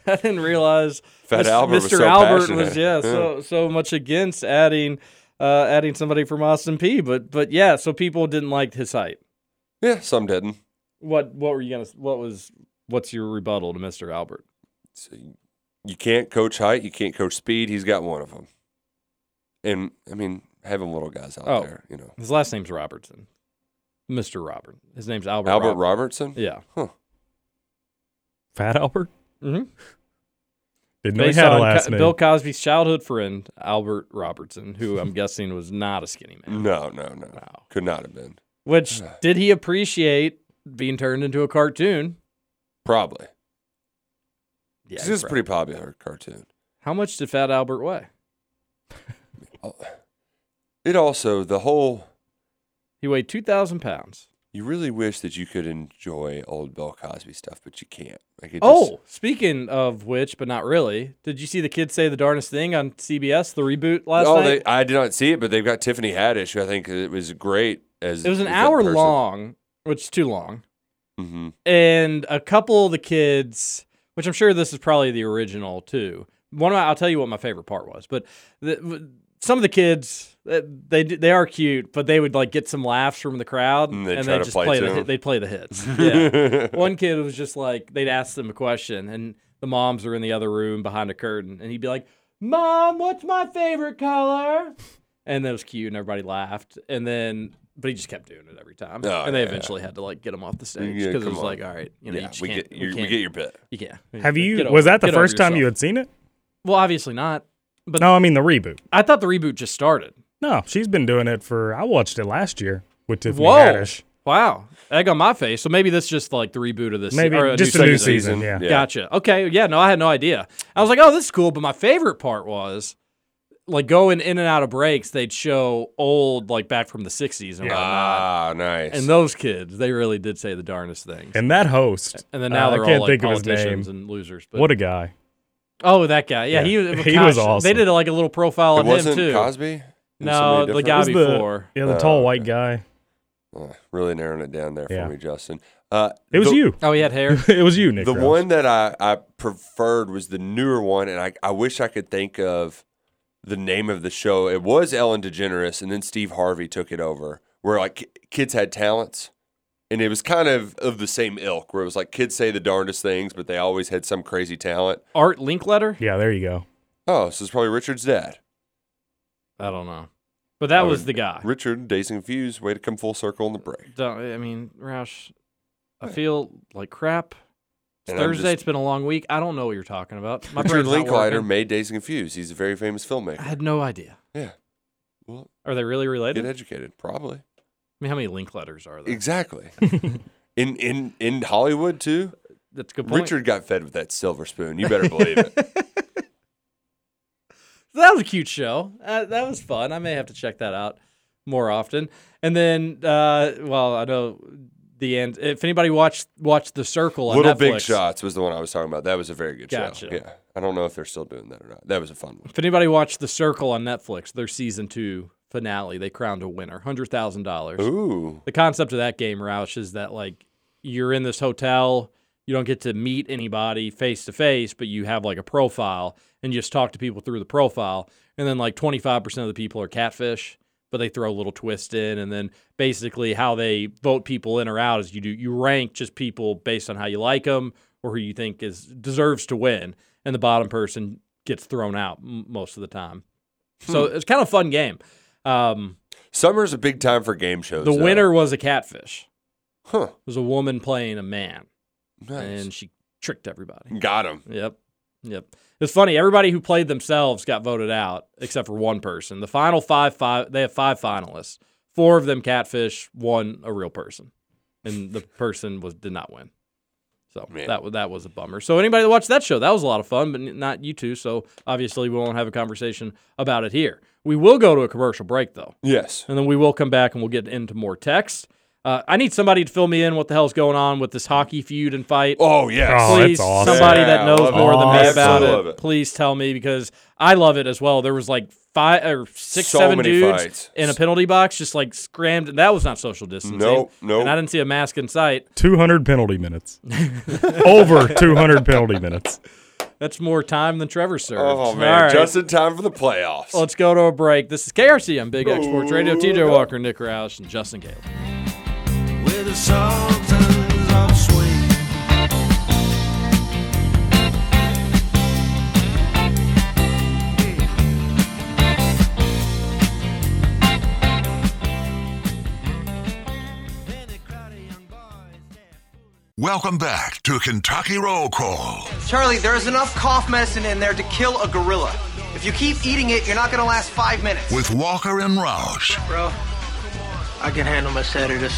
A: I didn't realize
B: Fat
A: Mis-
B: Albert
A: Mr.
B: was so
A: Albert was
B: passionate.
A: yeah so so much against adding uh, adding somebody from Austin P. But but yeah, so people didn't like his height.
B: yeah, some didn't.
A: What what were you gonna? What was what's your rebuttal to Mr. Albert?
B: So you- you can't coach height. You can't coach speed. He's got one of them. And I mean, having little guys out
A: Oh.
B: there, you know,
A: His last name's Robertson, Mr. Robert. His name's Albert.
B: Albert
A: Robert.
B: Robertson.
A: Yeah.
C: Fat Albert?
A: Mm-hmm.
C: Didn't know he
A: Based
C: had a
A: on
C: last
A: Co-
C: name.
A: Bill Cosby's childhood friend Albert Robertson, who I'm guessing was not a skinny man.
B: No, no, no,
A: Wow.
B: Could not have been.
A: Which did he appreciate being turned into a cartoon?
B: Probably.
A: Yeah,
B: this is a pretty popular cartoon.
A: How much did Fat Albert weigh?
B: Oh, It also the whole.
A: He weighed two thousand pounds.
B: You really wish that you could enjoy old Bill Cosby stuff, but you can't. Like it just,
A: Oh, speaking of which, but not really. Did you see the kids say the darnest thing on CBS, the reboot last
B: oh,
A: night?
B: they, I did not see it, but they've got Tiffany Haddish, who I think it was great as.
A: it was an
B: as that
A: hour
B: person.
A: long, which is too long.
B: Mm-hmm.
A: and a couple of the kids, which I'm sure this is probably the original too. One of my, I'll tell you what my favorite part was, but the, w- some of the kids uh, they d- they are cute, but they would like get some laughs from the crowd
B: And they'd
A: and
B: try
A: they
B: to
A: just
B: play
A: play
B: to
A: the
B: them.
A: hit, they play the hits. Yeah. One kid was just like they'd ask them a question and the moms are in the other room behind a curtain and he'd be like, "Mom, what's my favorite color?" And that was cute and everybody laughed. And then but he just kept doing it every time.
B: Oh,
A: and they
B: yeah, yeah.
A: eventually had to like get him off the stage
B: Yeah,
A: because it
B: come
A: was
B: on.
A: like, all right, you know,
B: Yeah,
A: you just
B: we
A: can't,
B: get your- we
A: can't-
B: get your bit.
A: You can't.
C: Have
A: Get
C: you?
A: over-
C: Was that the
A: get over
C: first time you
A: yourself.
C: had seen it?
A: Well, obviously not. But
C: No, I mean the reboot.
A: I thought the reboot just started.
C: No, she's been doing it for. I watched it last year with Tiffany
A: Whoa!
C: Haddish.
A: Wow, egg on my face. So maybe this is just like the reboot of this,
C: Maybe
A: or a
C: just
A: new
C: a new
A: season.
C: season.
B: season,
C: Yeah.
B: yeah.
A: Gotcha. Okay. Yeah. No, I had no idea. I was like, oh, this is cool. But my favorite part was. Like going in and out of breaks, they'd show old like back from the '60s and whatnot.
B: Ah, nice.
A: And those kids, they really did say the darndest things.
C: And that host.
A: And then now
C: uh,
A: they're
C: I can't
A: all like
C: think of his
A: politicians
C: name.
A: and losers. But
C: What a guy.
A: Oh, that guy. Yeah,
C: Yeah.
A: he was.
C: He
A: gosh,
C: was
A: They
C: awesome.
A: did like a little profile
B: it
A: of him
B: wasn't
A: too.
B: Cosby. It was
A: No, the
B: somebody different?
A: guy
C: Who's the-
A: before.
C: Yeah, the
B: Oh,
C: tall white guy.
B: Oh, really narrowing it down there
C: Yeah.
B: for me, Justin. Uh,
C: It was
B: the-
C: you.
A: Oh, he had hair.
C: it was you, Nick.
B: the
C: Ross.
B: one that I, I preferred was the newer one, and I, I wish I could think of the name of the show. It was Ellen DeGeneres, and then Steve Harvey took it over, where like ki- kids had talents, and it was kind of of the same ilk, where it was like kids say the darndest things, but they always had some crazy talent.
A: Art Linkletter.
C: Yeah, there you go.
B: Oh, so it's probably Richard's dad.
A: I don't know, but that
B: I
A: was
B: would-
A: the guy.
B: Richard, Days Confused, way to come full circle in the break.
A: Don't- I mean, Roush, I feel like crap. It's
B: And I'm
A: Thursday.
B: just-
A: it's been a long week. I don't know what you're talking about. My
B: Richard
A: brain's not
B: Linklater
A: working.
B: made Days Confused. He's a very famous
A: I
B: filmmaker.
A: had no idea.
B: Yeah. Well,
A: Are they really
B: get
A: related? I
B: educated, probably.
A: mean, how many Linkletters are there?
B: Exactly. in in in Hollywood too.
A: That's a good point.
B: Richard got fed with that silver spoon. You better believe it.
A: So that was a cute show. Uh, that was fun. I may have to check that out more often. And then, uh, well, I know the end. If anybody watched watched The Circle on
B: Little
A: Netflix,
B: Big Shots was the one I was talking about. That was a very good
A: Gotcha.
B: show. Yeah. I don't know if they're still doing that or not. That was a fun one.
A: If anybody watched The Circle on Netflix, their season two finale, they crowned a winner, hundred thousand dollars.
B: Ooh.
A: The concept of that game, Roush, is that like you're in this hotel, you don't get to meet anybody face to face, but you have like a profile and you just talk to people through the profile. And then like 25% of the people are catfish, but they throw a little twist in. And then basically how they vote people in or out is you do you rank just people based on how you like them or who you think is deserves to win, and the bottom person gets thrown out m- most of the time. So it's kind of a fun game. Um,
B: Summer's a big time for game shows.
A: the
B: though.
A: winner was a catfish
B: Huh.
A: was a woman playing a man,
B: Nice.
A: and she tricked everybody.
B: Got him.
A: Yep, yep. It's funny. Everybody who played themselves got voted out except for one person. The final five, five. They have five finalists. Four of them catfish, one a real person, and the person was did not win. So
B: Man.
A: that was that was a bummer. So anybody that watched that show, that was a lot of fun, but n- not you two. So obviously we won't have a conversation about it here. We will go to a commercial break though
B: Yes.
A: and then we will come back and we'll get into more text. Uh, I need somebody to fill me in what the hell's going on with this hockey feud and fight.
B: Oh yes.
C: Oh,
A: Please,
C: that's awesome.
A: somebody
B: Yeah,
A: that
B: I
A: knows
B: love it.
A: more than me
C: Awesome.
A: about
B: Love
A: it,
B: it.
A: please tell me because I love it as well. There was like five or six,
B: So
A: seven
B: many
A: dudes
B: fights.
A: in a penalty box, just like scrammed, and that was not social distancing.
B: Nope, nope.
A: And I didn't see a mask in sight.
C: 200 penalty minutes. Over 200 penalty minutes.
A: That's more time than Trevor served.
B: Oh man.
A: All right.
B: Just in time for the playoffs.
A: Let's go to a break. This is KRC on Big X Sports Radio. TJ Walker, Nick Roush, and Justin Caleb.
D: Where the Sultans of Swing.
J: Welcome back to Kentucky Roll Call.
K: Charlie, there is enough cough medicine in there to kill a gorilla. If you keep eating it, you're not gonna last five minutes.
J: With Walker and Roush.
K: Bro, I can handle my sedatives.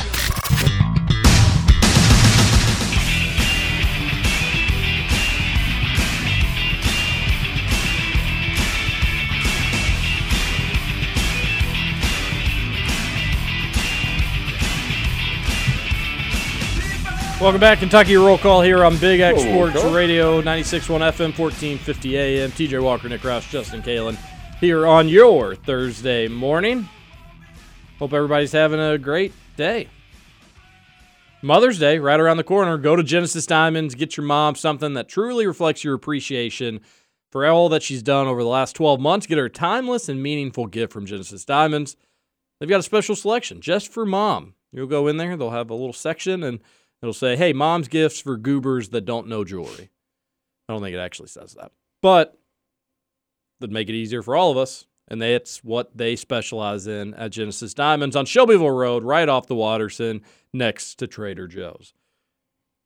A: Welcome back, Kentucky Roll Call here on Big X
L: Roll
A: Sports
L: Call.
A: Radio, 96.1 FM, 1450 AM. TJ Walker, Nick Roush, Justin Kalen here on your Thursday morning. Hope everybody's having a great day. Mother's Day, right around the corner. Go to Genesis Diamonds, get your mom something that truly reflects your appreciation for all that she's done over the last 12 months. Get her a timeless and meaningful gift from Genesis Diamonds. They've got a special selection just for mom. You'll go in there, they'll have a little section, and it'll say, Hey, mom's gifts for goobers that don't know jewelry. I don't think it actually says that, but that'd make it easier for all of us. And that's what they specialize in at Genesis Diamonds on Shelbyville Road, right off the Waterson, next to Trader Joe's.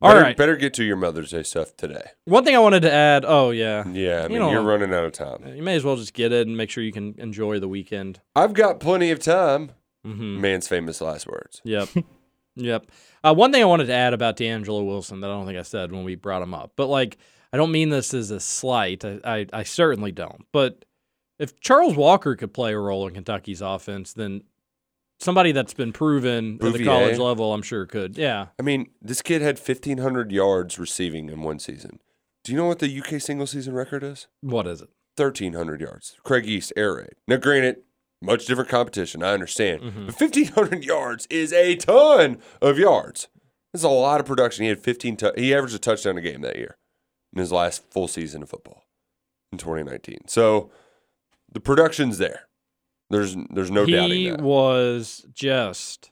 A: All
B: better,
A: right.
B: better get to your Mother's Day stuff today.
A: One thing I wanted to add oh, yeah.
B: Yeah, I
A: You
B: mean,
A: know-
B: you're running out of time.
A: Uh, You may as well just get it and make sure you can enjoy the weekend.
B: I've got plenty of time.
A: Mhm.
B: Man's famous last words.
A: Yep. yep. Uh, one thing I wanted to add about D'Angelo Wilson that I don't think I said when we brought him up, but like, I don't mean this as a slight. I, I, I certainly don't. But if Charles Walker could play a role in Kentucky's offense, then somebody that's been proven at the
B: Bouvier.
A: college level, I'm sure could. Yeah.
B: I mean, this kid had 1,500 yards receiving in one season. Do you know what the UK single season record is?
A: What is it?
B: 1,300 yards. Craig East, air raid. Now, granted, much different competition. I understand.
A: Mhm.
B: But 1,500 yards is a ton of yards. That's a lot of production. He had 15, tou- he averaged a touchdown a game that year in his last full season of football in 2019. So the production's there. There's, there's no
A: he
B: doubting that.
A: was just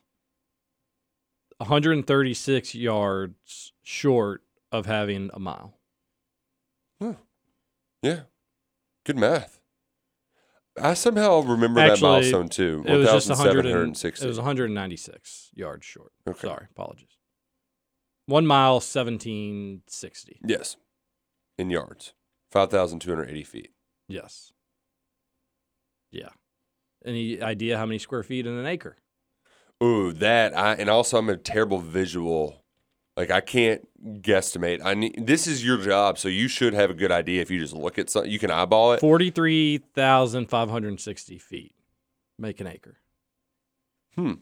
A: 136 yards short of having a mile.
B: Yeah. Good math. I somehow remember that milestone too.
A: It was just 100 and, it
B: 1,760.
A: was 196 yards short.
B: Okay.
A: Sorry, apologies. One mile, 1760.
B: Yes. In yards. 5,280 feet.
A: Yes. Yeah. Any idea how many square feet in an acre?
B: Ooh, that. I And also, I'm a terrible visual. Like, I can't guesstimate. I need, This is your job, so you should have a good idea if you just look at something. You can eyeball it.
A: 43,560 feet make an acre.
B: Hmm.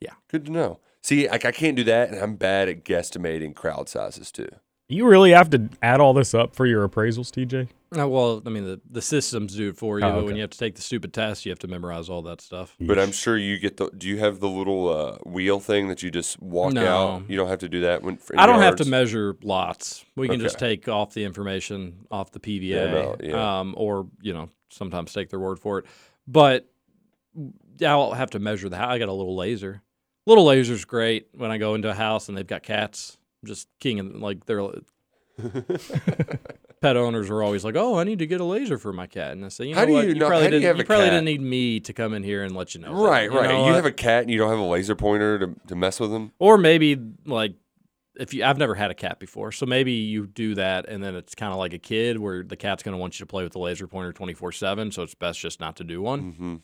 A: Yeah.
B: Good to know. See, like, I can't do that, and I'm bad at guesstimating crowd sizes too.
C: You really have to add all this up for your appraisals, TJ?
A: Uh, well, I mean, the, the systems do it for you,
C: Oh,
A: but when
C: okay.
A: you have to take the stupid test, you have to memorize all that stuff.
B: But I'm sure you get the. Do you have the little uh, wheel thing that you just walk
A: No.
B: out? You don't have to do that when. for
A: I don't have to
B: yards?
A: measure lots. We can
B: Okay.
A: just take off the information off the PVA,
B: no, yeah.
A: um, or you know, sometimes take their word for it. But I'll have to measure the. hou- I got a little laser. Little laser's great when I go into a house and they've got cats. I'm just king and like they're pet owners are always like, "Oh, I need to get a laser for my cat," and I say, "You know
B: How do
A: what?
B: you know-
A: probably
B: how do you
A: didn't.
B: have a
A: probably
B: cat?"
A: didn't need me to come in here and let you know." that,
B: Right, right.
A: know
B: you
A: what?
B: have a cat and you don't have a laser pointer to, to mess with them.
A: Or maybe like if you I've never had a cat before, so maybe you do that and then it's kind of like a kid where the cat's going to want you to play with the laser pointer 24/7, so it's best just not to do one.
B: Mm-hmm.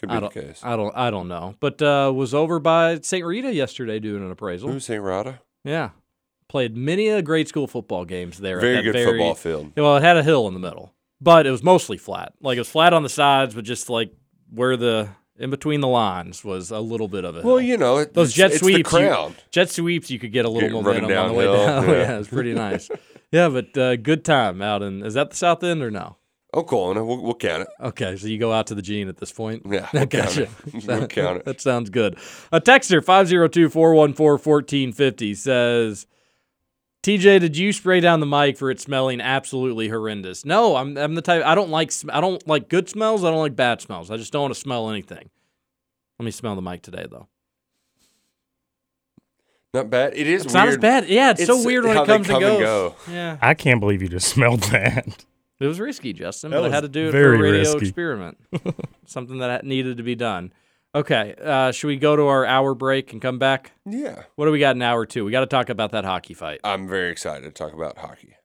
B: Could be
A: I
B: the
A: don't,
B: case.
A: I don't I don't know. But uh was over by St. Rita yesterday doing an appraisal.
B: Ooh, St. Rita.
A: Yeah. Played many a grade school football games there. at
B: Very
A: that
B: good football field.
A: Well, it had a hill in the middle, but it was mostly flat. Like it was flat on the sides, but just like where the in between the lines was a little bit of a
B: Well, you know, it-
A: those
B: it's-
A: jet
B: it's the
A: sweeps, you-
B: crown.
A: jet sweeps, you could get a little
B: Get running
A: momentum on the way
B: downhill,
A: down. Yeah,
B: yeah.
A: it was pretty nice. yeah, but uh, good time out in is that the south end or no?
B: Oklahoma, Oh, we'll, we'll count it.
A: Okay, so you go out to the Gene at this point.
B: Yeah,
A: I
B: we'll
A: gotcha.
B: count it. We'll count it.
A: That sounds good. A texter 502-414-1450 says, "TJ, did you spray down the mic for it smelling absolutely horrendous?" No, I'm I'm the type I don't like sm- I don't like good smells. I don't like bad smells. I just don't want to smell anything. Let me smell the mic today though.
B: Not bad. It is
A: It's
B: weird.
A: not as bad. Yeah, it's so weird when it
B: how they
A: comes and
B: come and
A: goes.
B: go.
A: Yeah.
C: I can't believe you just smelled that.
A: It was risky, Justin,
C: That
A: but I had
C: was
A: to do it for
C: very
A: a radio
C: risky.
A: experiment. Something that needed to be done. Okay, uh, should we go to our hour break and come back?
B: Yeah.
A: What do we got in hour two? We got to talk about that hockey fight.
B: I'm very excited to talk about hockey.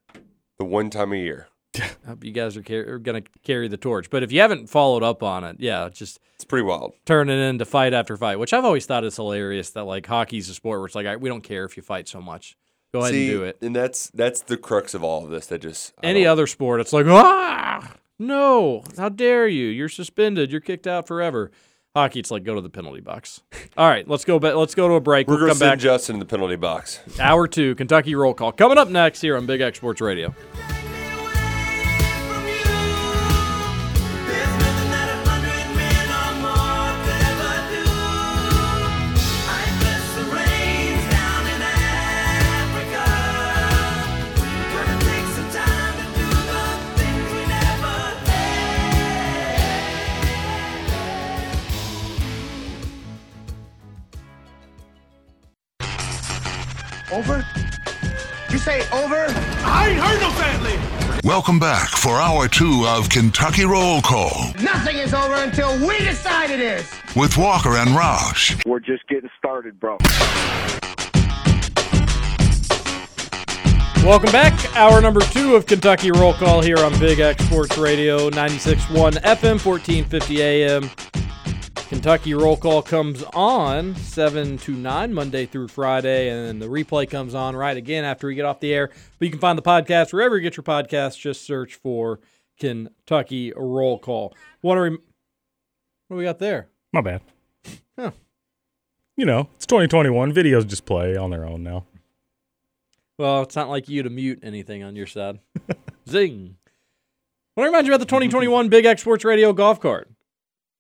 B: The one time a year.
A: I hope you guys are, car- are going to carry the torch. But if you haven't followed up on it, yeah, just
B: it's pretty wild.
A: Turning into fight after fight, which I've always thought is hilarious. That like hockey's a sport where it's like I, we don't care if you fight so much. Go ahead
B: See,
A: and do it.
B: And that's that's the crux of all of this. That just I
A: Any
B: don't-
A: other sport, it's like ah, no, how dare you? You're suspended. You're kicked out forever. Hockey, it's like go to the penalty box. All right, let's go back. Let's go to a break.
B: We're
A: We'll
B: going to
A: come
B: send
A: back.
B: Justin in the penalty box.
A: Hour two, Kentucky roll call. Coming up next here on Big X Sports Radio.
H: Over? You say over? I ain't heard no family!
J: Welcome back for hour two of Kentucky Roll Call
H: Nothing is over until we decide it is!
J: with Walker and Roush.
L: We're just getting started, bro.
A: Welcome back. Hour number two of Kentucky Roll Call here on Big X Sports Radio 96.1 FM, 1450 AM. Kentucky Roll Call comes on 7 to 9, Monday through Friday, and then the replay comes on right again after we get off the air. But you can find the podcast wherever you get your podcast. Just search for Kentucky Roll Call. Want to rem- what do we got there?
C: My bad.
A: Huh.
C: You know, it's 2021. Videos just play on their own now.
A: Well, it's not like you to mute anything on your side. Zing. Want to remind you about the 2021 Big X Sports Radio golf cart.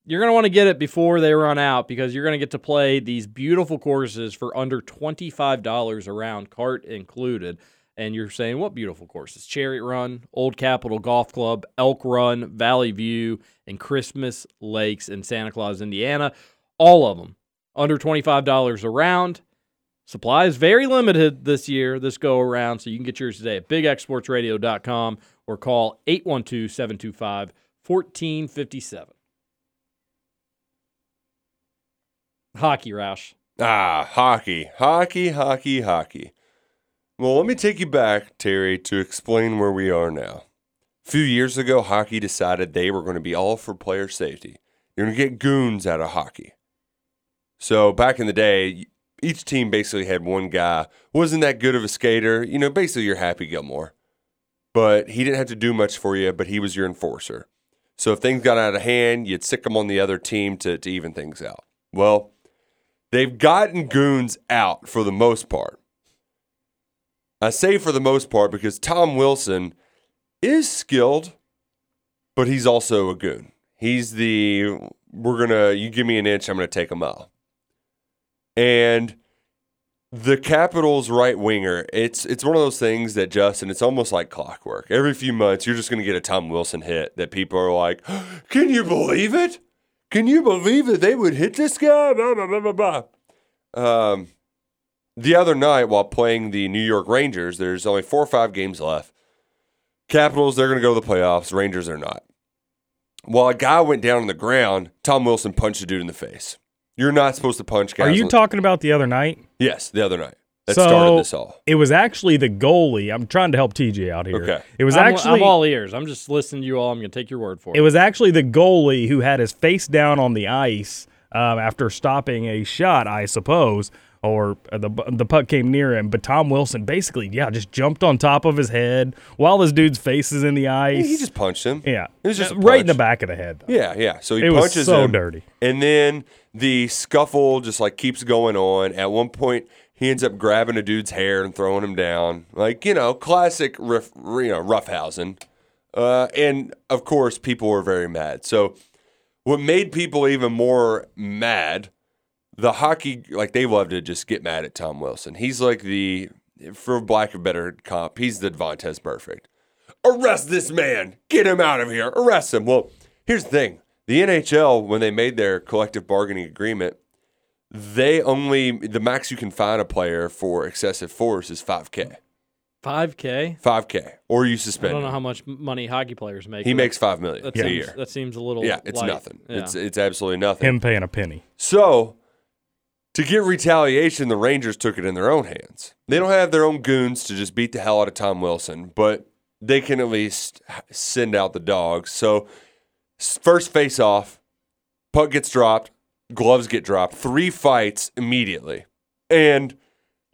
A: You're going to want to get it before they run out because you're going to get to play these beautiful courses for under $25 a round, cart included. And you're saying, what beautiful courses? Chariot Run, Old Capitol Golf Club, Elk Run, Valley View, and Christmas Lakes in Santa Claus, Indiana. All of them under $25 a round. Supply is very limited this year, this go around, so you can get yours today at bigxsportsradio.com or call 812 725 1457. Hockey, Roush.
B: Ah, hockey, hockey, hockey, hockey. Well, let me take you back, Terry, to explain where we are now. A few years ago, hockey decided they were going to be all for player safety. You're going to get goons out of hockey. So back in the day, each team basically had one guy wasn't that good of a skater. You know, basically you're Happy Gilmore, but he didn't have to do much for you, but he was your enforcer. So if things got out of hand, you'd sick him on the other team to, to even things out. Well, They've gotten goons out for the most part. I say for the most part because Tom Wilson is skilled, but he's also a goon. He's the we're gonna you give me an inch, I'm gonna take a mile. And the Capitals right winger, it's it's one of those things that Justin, it's almost like clockwork. Every few months, you're just gonna get a Tom Wilson hit that people are like, Can you believe it? Can you believe that they would hit this guy? Blah, blah, blah, blah, blah. Um, the other night, while playing the New York Rangers, there's only four or five games left. Capitals, they're going to go to the playoffs. Rangers are not. While a guy went down on the ground, Tom Wilson punched a dude in the face. You're not supposed to punch guys.
C: Are you
B: on-
C: talking about the other night?
B: Yes, the other night. That
C: so
B: started this all.
C: It was actually the goalie. I'm trying to help TJ out here.
B: Okay.
C: It was
A: I'm,
C: actually
A: I'm all ears. I'm just listening to you all. I'm going to take your word for it.
C: It was actually the goalie who had his face down on the ice um, after stopping a shot, I suppose, or the the puck came near him. But Tom Wilson basically, yeah, just jumped on top of his head while this dude's face is in the ice.
B: He just punched him.
C: yeah, Uh,
B: It was just a
C: right in the back of the head.
B: Yeah, yeah. So he
C: It was
B: punches
C: so
B: him,
C: dirty.
B: and then the scuffle just like keeps going on. At one point, he ends up grabbing a dude's hair and throwing him down, like you know, classic riff, you know, roughhousing. Uh, and of course, people were very mad. So what made people even more mad the hockey like they love to just get mad at Tom Wilson. He's like the for lack of a better comp, he's the Vontez perfect. Arrest this man. Get him out of here. Arrest him. Well, here's the thing. The NHL, when they made their collective bargaining agreement, they only the max you can fine a player for excessive force is five K.
A: 5K?
B: Five K. Or you
A: I
B: suspend.
A: don't know
B: him.
A: how much money hockey players make.
B: He
A: but
B: makes five million
A: that
B: a
A: seems,
B: year.
A: That seems a little.
B: yeah, it's
A: light.
B: nothing.
A: Yeah.
B: It's it's absolutely nothing.
C: Him paying a penny.
B: So, to get retaliation, the Rangers took it in their own hands. They don't have their own goons to just beat the hell out of Tom Wilson, but they can at least send out the dogs. So, s- first face off, puck gets dropped, gloves get dropped, three fights immediately. And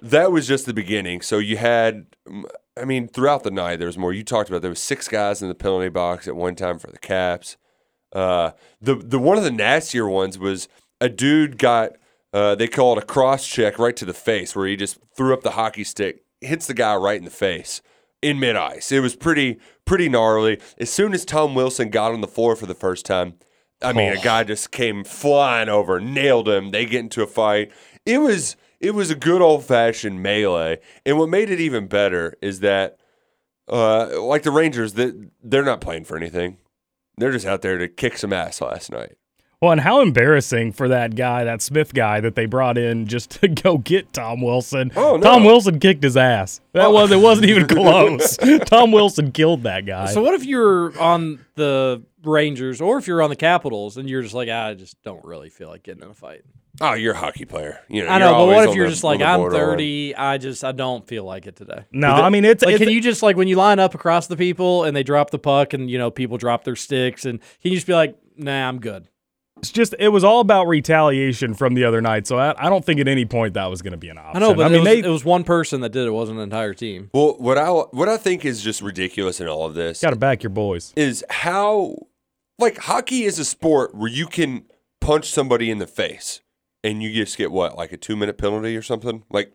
B: that was just the beginning. So, you had, mm, I mean, throughout the night, there was more. You talked about there was six guys in the penalty box at one time for the Caps. Uh, the the one of the nastier ones was a dude got uh, they call it a cross check right to the face where he just threw up the hockey stick, hits the guy right in the face in mid ice. It was pretty pretty gnarly. As soon as Tom Wilson got on the floor for the first time, I mean, a guy just came flying over, nailed him. They get into a fight. It was it was a good old fashioned melee. And what made it even better is that, uh, like the Rangers, that they're not playing for anything. They're just out there to kick some ass last night.
C: Well, and how embarrassing for that guy, that Smith guy that they brought in just to go get Tom Wilson.
B: Oh, no.
C: Tom Wilson kicked his ass. That
A: Oh.
C: was it wasn't even close. Tom Wilson killed that guy.
A: So what if you're on the Rangers or if you're on the Capitals and you're just like, "Ah, I just don't really feel like getting in a fight.
B: Oh, you're a hockey player. You know,
A: I
B: you're
A: know, but
B: always
A: what if
B: on
A: you're
B: the-
A: just
B: on
A: like,
B: the
A: I'm
B: borderline.
A: 30, I just I don't feel like it today.
C: No,
A: But
C: I mean, it's-
A: like,
C: it's-
A: can you just like when you line up across the people and they drop the puck and you know people drop their sticks and can you just be like, nah, I'm good.
C: It's just it was all about retaliation from the other night. So I, I don't think at any point that was going to be an option.
A: I know, but
C: I
A: it,
C: mean
A: was,
C: they
A: it was one person that did it. it wasn't an entire team.
B: Well, what I what I think is just ridiculous in all of this
C: got to back your boys.
B: is how like hockey is a sport where you can punch somebody in the face and you just get what like a two minute penalty or something. Like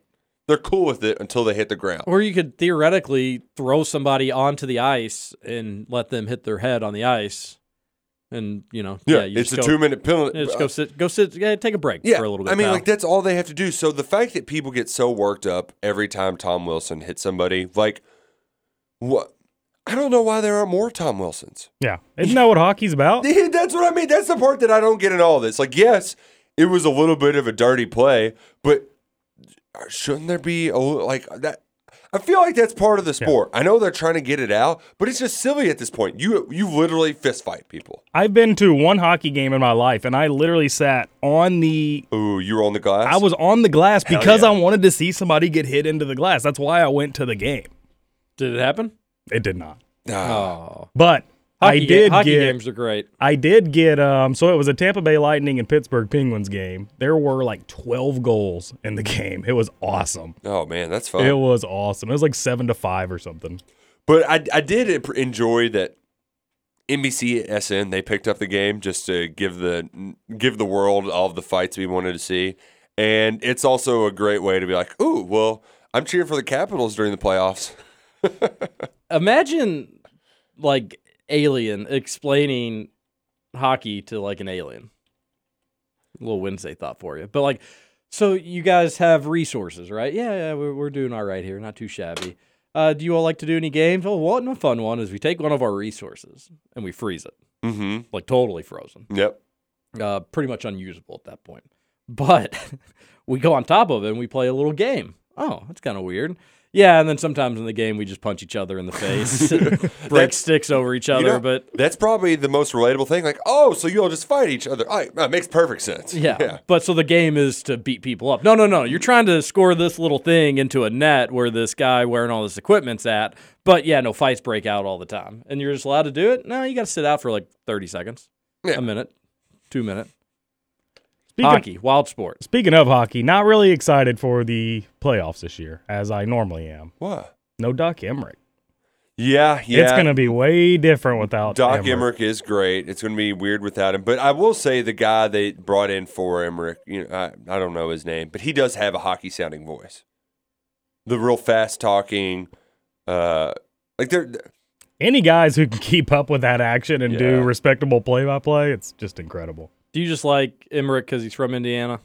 B: they're cool with it until they hit the ground.
A: Or you could theoretically throw somebody onto the ice and let them hit their head on the ice, and you know,
B: Yeah,
A: yeah, you
B: it's
A: just
B: a two-minute penalty.
A: Yeah, Just go sit, go sit, yeah, take a break
B: Yeah,
A: for a little bit.
B: I mean,
A: pal.
B: like that's all they have to do. So the fact that people get so worked up every time Tom Wilson hits somebody, like what? I don't know why there aren't more Tom Wilsons.
C: Yeah, isn't that what hockey's about?
B: Yeah, That's what I mean. That's the part that I don't get in all this. Like, yes, it was a little bit of a dirty play, but shouldn't there be a li- like that? I feel like that's part of the sport. I know they're trying to get it out, but it's just silly at this point. You you literally fist fight people.
C: I've been to one hockey game in my life, and I literally sat on the.
B: Ooh, you were on the glass.
C: I was on the glass
B: Hell
C: because
B: yeah.
C: I wanted to see somebody get hit into the glass. That's why I went to the game.
A: Did it happen?
C: It did not,
A: Oh,
C: but I
A: Hockey ga-
C: did
A: hockey
C: get.
A: games are great.
C: I did get. Um, so it was a Tampa Bay Lightning and Pittsburgh Penguins game. There were like twelve goals in the game. It was awesome.
B: Oh man, that's fun.
C: It was awesome. It was like seven to five or something.
B: But I I did ep- enjoy that NBC SN they picked up the game just to give the give the world all of the fights we wanted to see, and it's also a great way to be like, ooh, well, I'm cheering for the Capitals during the playoffs.
A: imagine like alien explaining hockey to like an alien a little wednesday thought for you but like so you guys have resources right yeah, yeah we're, we're doing all right here not too shabby uh, do you all like to do any games oh what a fun one is we take one of our resources and we freeze it
B: Mm-hmm.
A: like totally frozen
B: Yep.
A: uh, pretty much unusable at that point but we go on top of it and we play a little game oh that's kind of weird yeah, and then sometimes in the game we just punch each other in the face, break
B: That's-
A: sticks over each other.
B: You know,
A: but
B: that's probably the most relatable thing. Like, oh, so you all just fight each other. All right, that makes perfect sense.
A: Yeah. But so the game is to beat people up. No, no, no. You're trying to score this little thing into a net where this guy wearing all this equipment's at. But yeah, no fights break out all the time. And you're just allowed to do it? No, you got to sit out for like 30 seconds,
B: Yeah.
A: a minute, two minute.
C: Speaking-
A: Hockey, wild sport.
C: Speaking of hockey, not really excited for the playoffs this year, as I normally am.
B: What?
C: No Doc Emmerich.
B: Yeah, yeah.
C: It's going to be way different without
B: Doc
C: Emmerich.
B: Emmerich. is great. It's going to be weird without him, but I will say the guy they brought in for Emmerich, you know, I, I don't know his name, but he does have a hockey sounding voice. The real fast talking, uh, like they're
C: Any guys who can keep up with that action and
B: Yeah.
C: do respectable play by play, it's just incredible.
A: Do you just like Emmerich because he's from Indiana?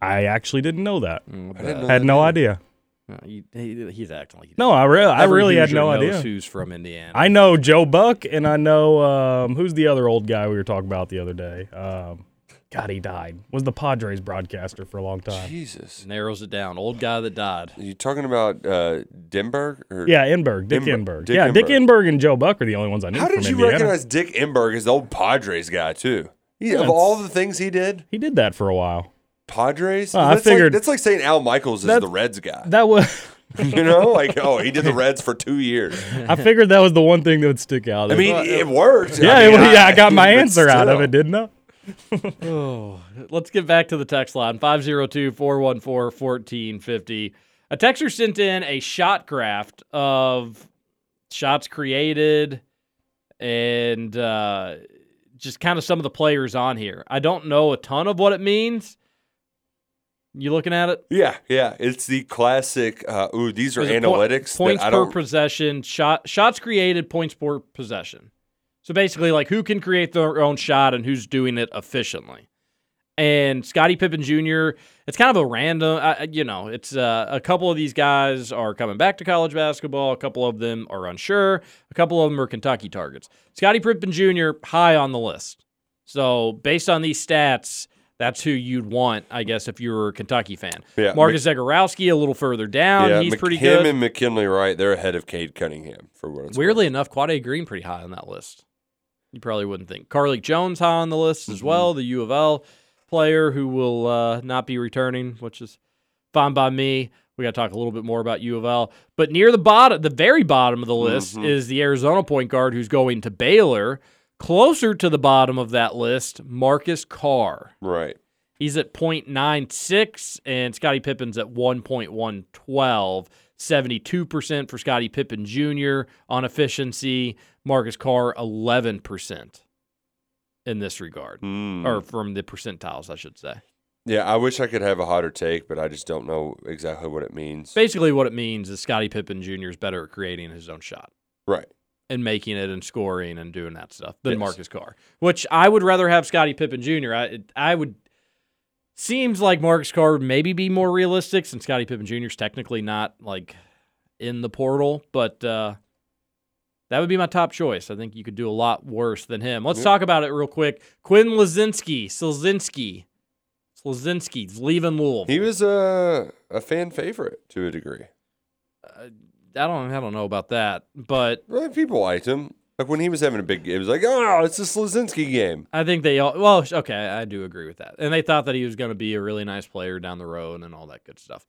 C: I actually didn't know that.
A: Mm, I didn't know
C: Had
A: that
C: no
A: either.
C: idea.
A: No, you- he- he's acting like he
C: No, I really, I
A: Every
C: really had
A: Hoosier
C: no
A: knows
C: idea.
A: who's from Indiana.
C: I know Joe Buck, and I know um, who's the other old guy we were talking about the other day. Um, God, he died. Was the Padres broadcaster for a long time.
B: Jesus.
A: Narrows it down. Old guy that died.
B: Are you talking about uh, Denberg? Or
C: Yeah, Enberg, Dick
B: Enberg-
C: Enberg. yeah, Dick Enberg and Joe Buck are the only ones I knew
B: How
C: from
B: did you
C: Indiana.
B: recognize Dick Enberg as the old Padres guy too? He, of
C: That's-
B: all the things he did,
C: He did that for a while.
B: Padres.
C: Oh, I
B: that's like-
C: figured-
B: that's like saying Al Michaels is
C: That's-
B: the Reds guy.
C: That was.
B: you know, like oh, he did the Reds for two years.
C: I figured that was the one thing that would stick out.
B: I mean, it worked.
C: yeah,
B: I
C: it-
B: mean,
C: yeah, I got my
B: but
C: answer out of
B: still.
C: it, didn't I?
A: oh, let's get back to the text line 502 414 1450. A texter sent in a shot graph of shots created and uh, just kind of some of the players on here. I don't know a ton of what it means. You looking at it?
B: Yeah, yeah. It's the classic. Uh, ooh, these are
A: Is it po-
B: analytics
A: points
B: that I
A: per
B: don't.
A: possession, shot shots created, points per possession. So basically, like who can create their own shot and who's doing it efficiently. And Scottie Pippen Jr. It's kind of a random, I- I- you know. It's uh, a couple of these guys are coming back to college basketball. A couple of them are unsure. A couple of them are Kentucky targets. Scottie Pippen Jr. high on the list. So based on these stats, that's who you'd want, I guess, if you were a Kentucky fan.
B: Yeah, Mc-
A: Marcus Zagorowski a little further down.
B: yeah,
A: He's
B: Mc-
A: pretty
B: him
A: good.
B: and McKinley Wright, they're ahead of Cade Cunningham for what it's
A: Weirdly enough, Quad A Green pretty high on that list. You probably wouldn't think. Carly Jones high on the list as well, the U of L player who will uh, not be returning, which is fine by me. We got to talk a little bit more about U of L. But near the bottom, the very bottom of the list
B: Mhm.
A: is the Arizona point guard who's going to Baylor. Closer to the bottom of that list, Marcus Carr.
B: Right.
A: He's at 0.96 and Scottie Pippen's at 1.112. 72% for Scottie Pippen Jr. on efficiency. Marcus Carr, 11% in this regard,
B: Hmm.
A: or from the percentiles, I should say.
B: Yeah, I wish I could have a hotter take, but I just don't know exactly what it means.
A: Basically, what it means is Scottie Pippen Jr. is better at creating his own shot.
B: Right.
A: And making it and scoring and doing that stuff than
B: Yes.
A: Marcus Carr, which I would rather have Scottie Pippen Jr. I it- I would seems like Marcus Carr would maybe be more realistic since Scottie Pippen Jr. is technically not like in the portal, but uh, that would be my top choice. I think you could do a lot worse than him. Let's
B: Yep.
A: talk about it real quick. Quinn Lazinski, Silzinski, Silzinski's leaving Louisville.
B: He was a a fan favorite to a degree.
A: I don't I don't know about that, but
B: Really, people liked him. Like when he was having a big game, it was like, oh, it's a Slazinski game.
A: I think they all well, sh- okay, I do agree with that. And they thought that he was going to be a really nice player down the road and all that good stuff.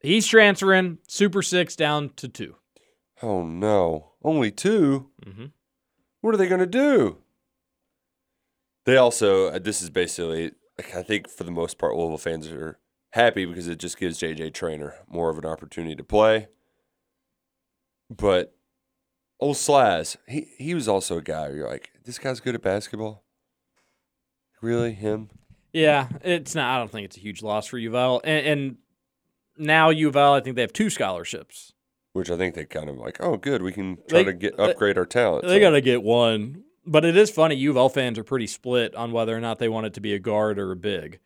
A: He's transferring Super 6 down to 2.
B: Oh no, only 2
A: Mhm.
B: What are they gonna do? They also uh, this is basically like, I think for the most part, Louisville fans are happy because it just gives JJ Trainer more of an opportunity to play. But old Slaz, he he was also a guy. Where you're like, this guy's good at basketball. Really, him?
A: Yeah, it's not I don't think it's a huge loss for Uval. And, and now Uval, I think they have two scholarships.
B: Which I think they kind of like. Oh, good, we can try
A: They-
B: to get
A: they-
B: upgrade our talent.
A: They got to get one. But it is funny. U of L fans are pretty split on whether or not they want it to be a guard or a big. If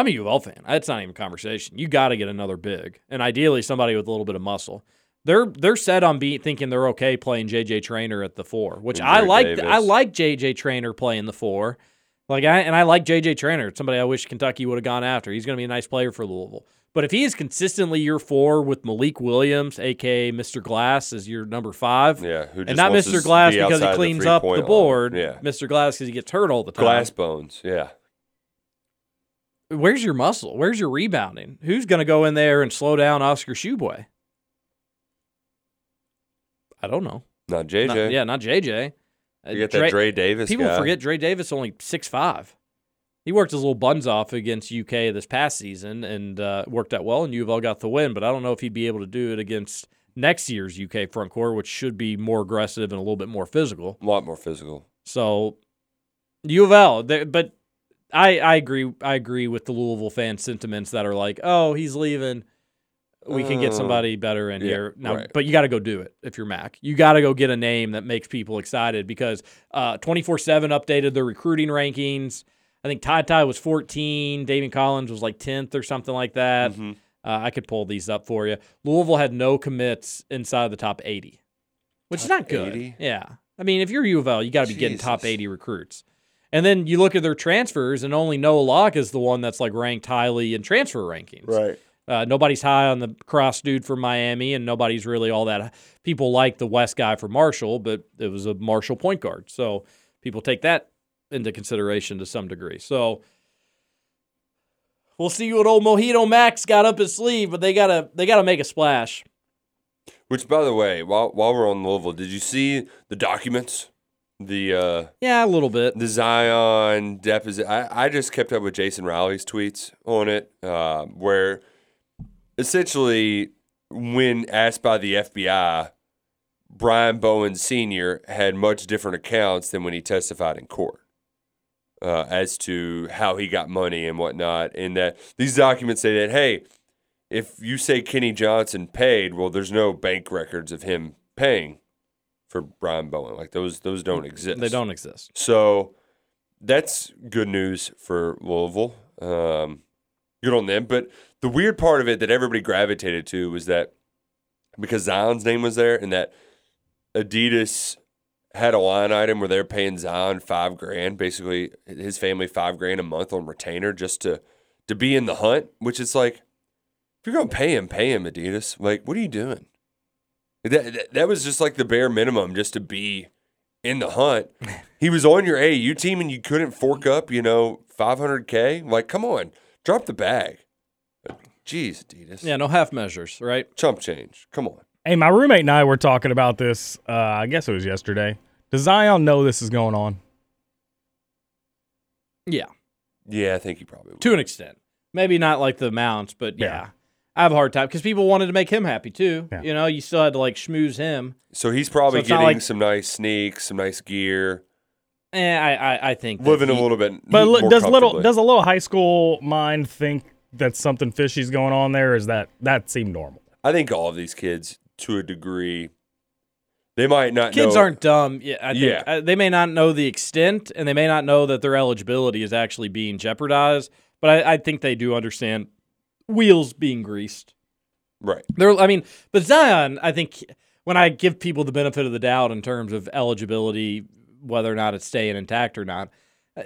A: I'm a U of L fan, that's not even a conversation. You got to get another big, and ideally somebody with a little bit of muscle. They're they're set on beat thinking they're okay playing JJ Trainer at the four, which
B: And
A: I
B: Drew
A: like. I
B: Davis.
A: like JJ Trainer playing the four, like I and I like JJ Trainer. It's somebody I wish Kentucky would have gone after. He's going to be a nice player for Louisville. But if he is consistently your four with Malik Williams, aka Mr. Glass, as your number five,
B: Yeah, who
A: and
B: just
A: not
B: wants to
A: Mr.
B: s-
A: Glass
B: be
A: because
B: outside
A: he
B: the
A: cleans up
B: three-point
A: the
B: line.
A: board.
B: Yeah.
A: Mr. Glass because he gets hurt all the time.
B: glass bones. Yeah,
A: Where's your muscle? Where's your rebounding? Who's going to go in there and slow down Oscar Shoeboy? I don't know.
B: not
A: Not-
B: JJ.
A: yeah, not JJ. Uh,
B: You got that Dre Davis
A: People
B: guy.
A: forget Dre Davis only six five. He worked his little buns off against UK this past season and uh, worked out well, and U of L got the win. But I don't know if he'd be able to do it against next year's UK front court, which should be more aggressive and a little bit more physical.
B: a lot more physical.
A: So U of L, there- but I I agree I agree with the Louisville fan sentiments that are like, oh, he's leaving. We can get
B: Uh,
A: somebody better in
B: yeah,
A: here. Now,
B: right.
A: but you got to go do it if you're Mac. You got to go get a name that makes people excited because uh, 24/7 updated their recruiting rankings. I think Ty Ty was 14, Damien Collins was like 10th or something like that.
B: Mhm.
A: Uh, I could pull these up for you. Louisville had no commits inside the top 80, which is
B: Top
A: not good.
B: 80?
A: Yeah. I mean, if you're U of L, you got to be getting top
B: Jesus.
A: 80 recruits. And then you look at their transfers, and only Noah Locke is the one that's like ranked highly in transfer rankings.
B: Right.
A: Uh, nobody's high on the cross dude from Miami, and nobody's really all that. People like the West guy for Marshall, but it was a Marshall point guard. So people take that into consideration to some degree. So we'll see what old Mojito Max got up his sleeve, but they gotta they gotta make a splash.
B: Which, by the way, while while we're on Louisville, did you see the documents? The uh,
A: Yeah, a little bit.
B: the Zion deposit. I, I just kept up with Jason Rowley's tweets on it, uh, where essentially, when asked by the FBI, Brian Bowen Sr. had much different accounts than when he testified in court. uh, as to how he got money and whatnot. And that these documents say that, hey, if you say Kenny Johnson paid, well, there's no bank records of him paying for Brian Bowen. Like those, those don't exist.
A: They don't exist.
B: So that's good news for Louisville. Um, good on them. But the weird part of it that everybody gravitated to was that because Zion's name was there and that Adidas had a line item where they're paying Zion five grand, basically his family five grand a month on retainer just to to be in the hunt, which is like, if you're gonna pay him, pay him, Adidas. Like, what are you doing? That, that, that was just like the bare minimum just to be in the hunt. He was on your AU team and you couldn't fork up, you know, 500K. Like, come on, drop the bag. Jeez, Adidas.
A: Yeah, no half measures, right?
B: Chump change. Come on.
C: Hey, my roommate and I were talking about this. Uh, I guess it was yesterday. Does Zion know this is going on?
A: Yeah,
B: Yeah, I think he probably would.
A: to an extent. Maybe not like the amounts, but yeah. I have a hard time because people wanted to make him happy too. You know, you still had to like schmooze him.
B: So he's probably
A: So it's not
B: getting
A: like-
B: some nice sneaks, some nice gear,
A: Eh, I, I, I think that
B: living a
A: he-
B: little bit.
C: But look,
B: more
C: does little
B: comfortably.
C: does a little high school mind think that something fishy's going on there? Is that that seem normal?
B: I think all of these kids, to a degree, they might not.
A: kids
B: know-
A: aren't dumb. Yeah, I think
B: Yeah.
A: uh, they may not know the extent, and they may not know that their eligibility is actually being jeopardized. But I, I think they do understand wheels being greased.
B: Right.
A: There, I mean, but Zion, I think when I give people the benefit of the doubt in terms of eligibility, whether or not it's staying intact or not, uh,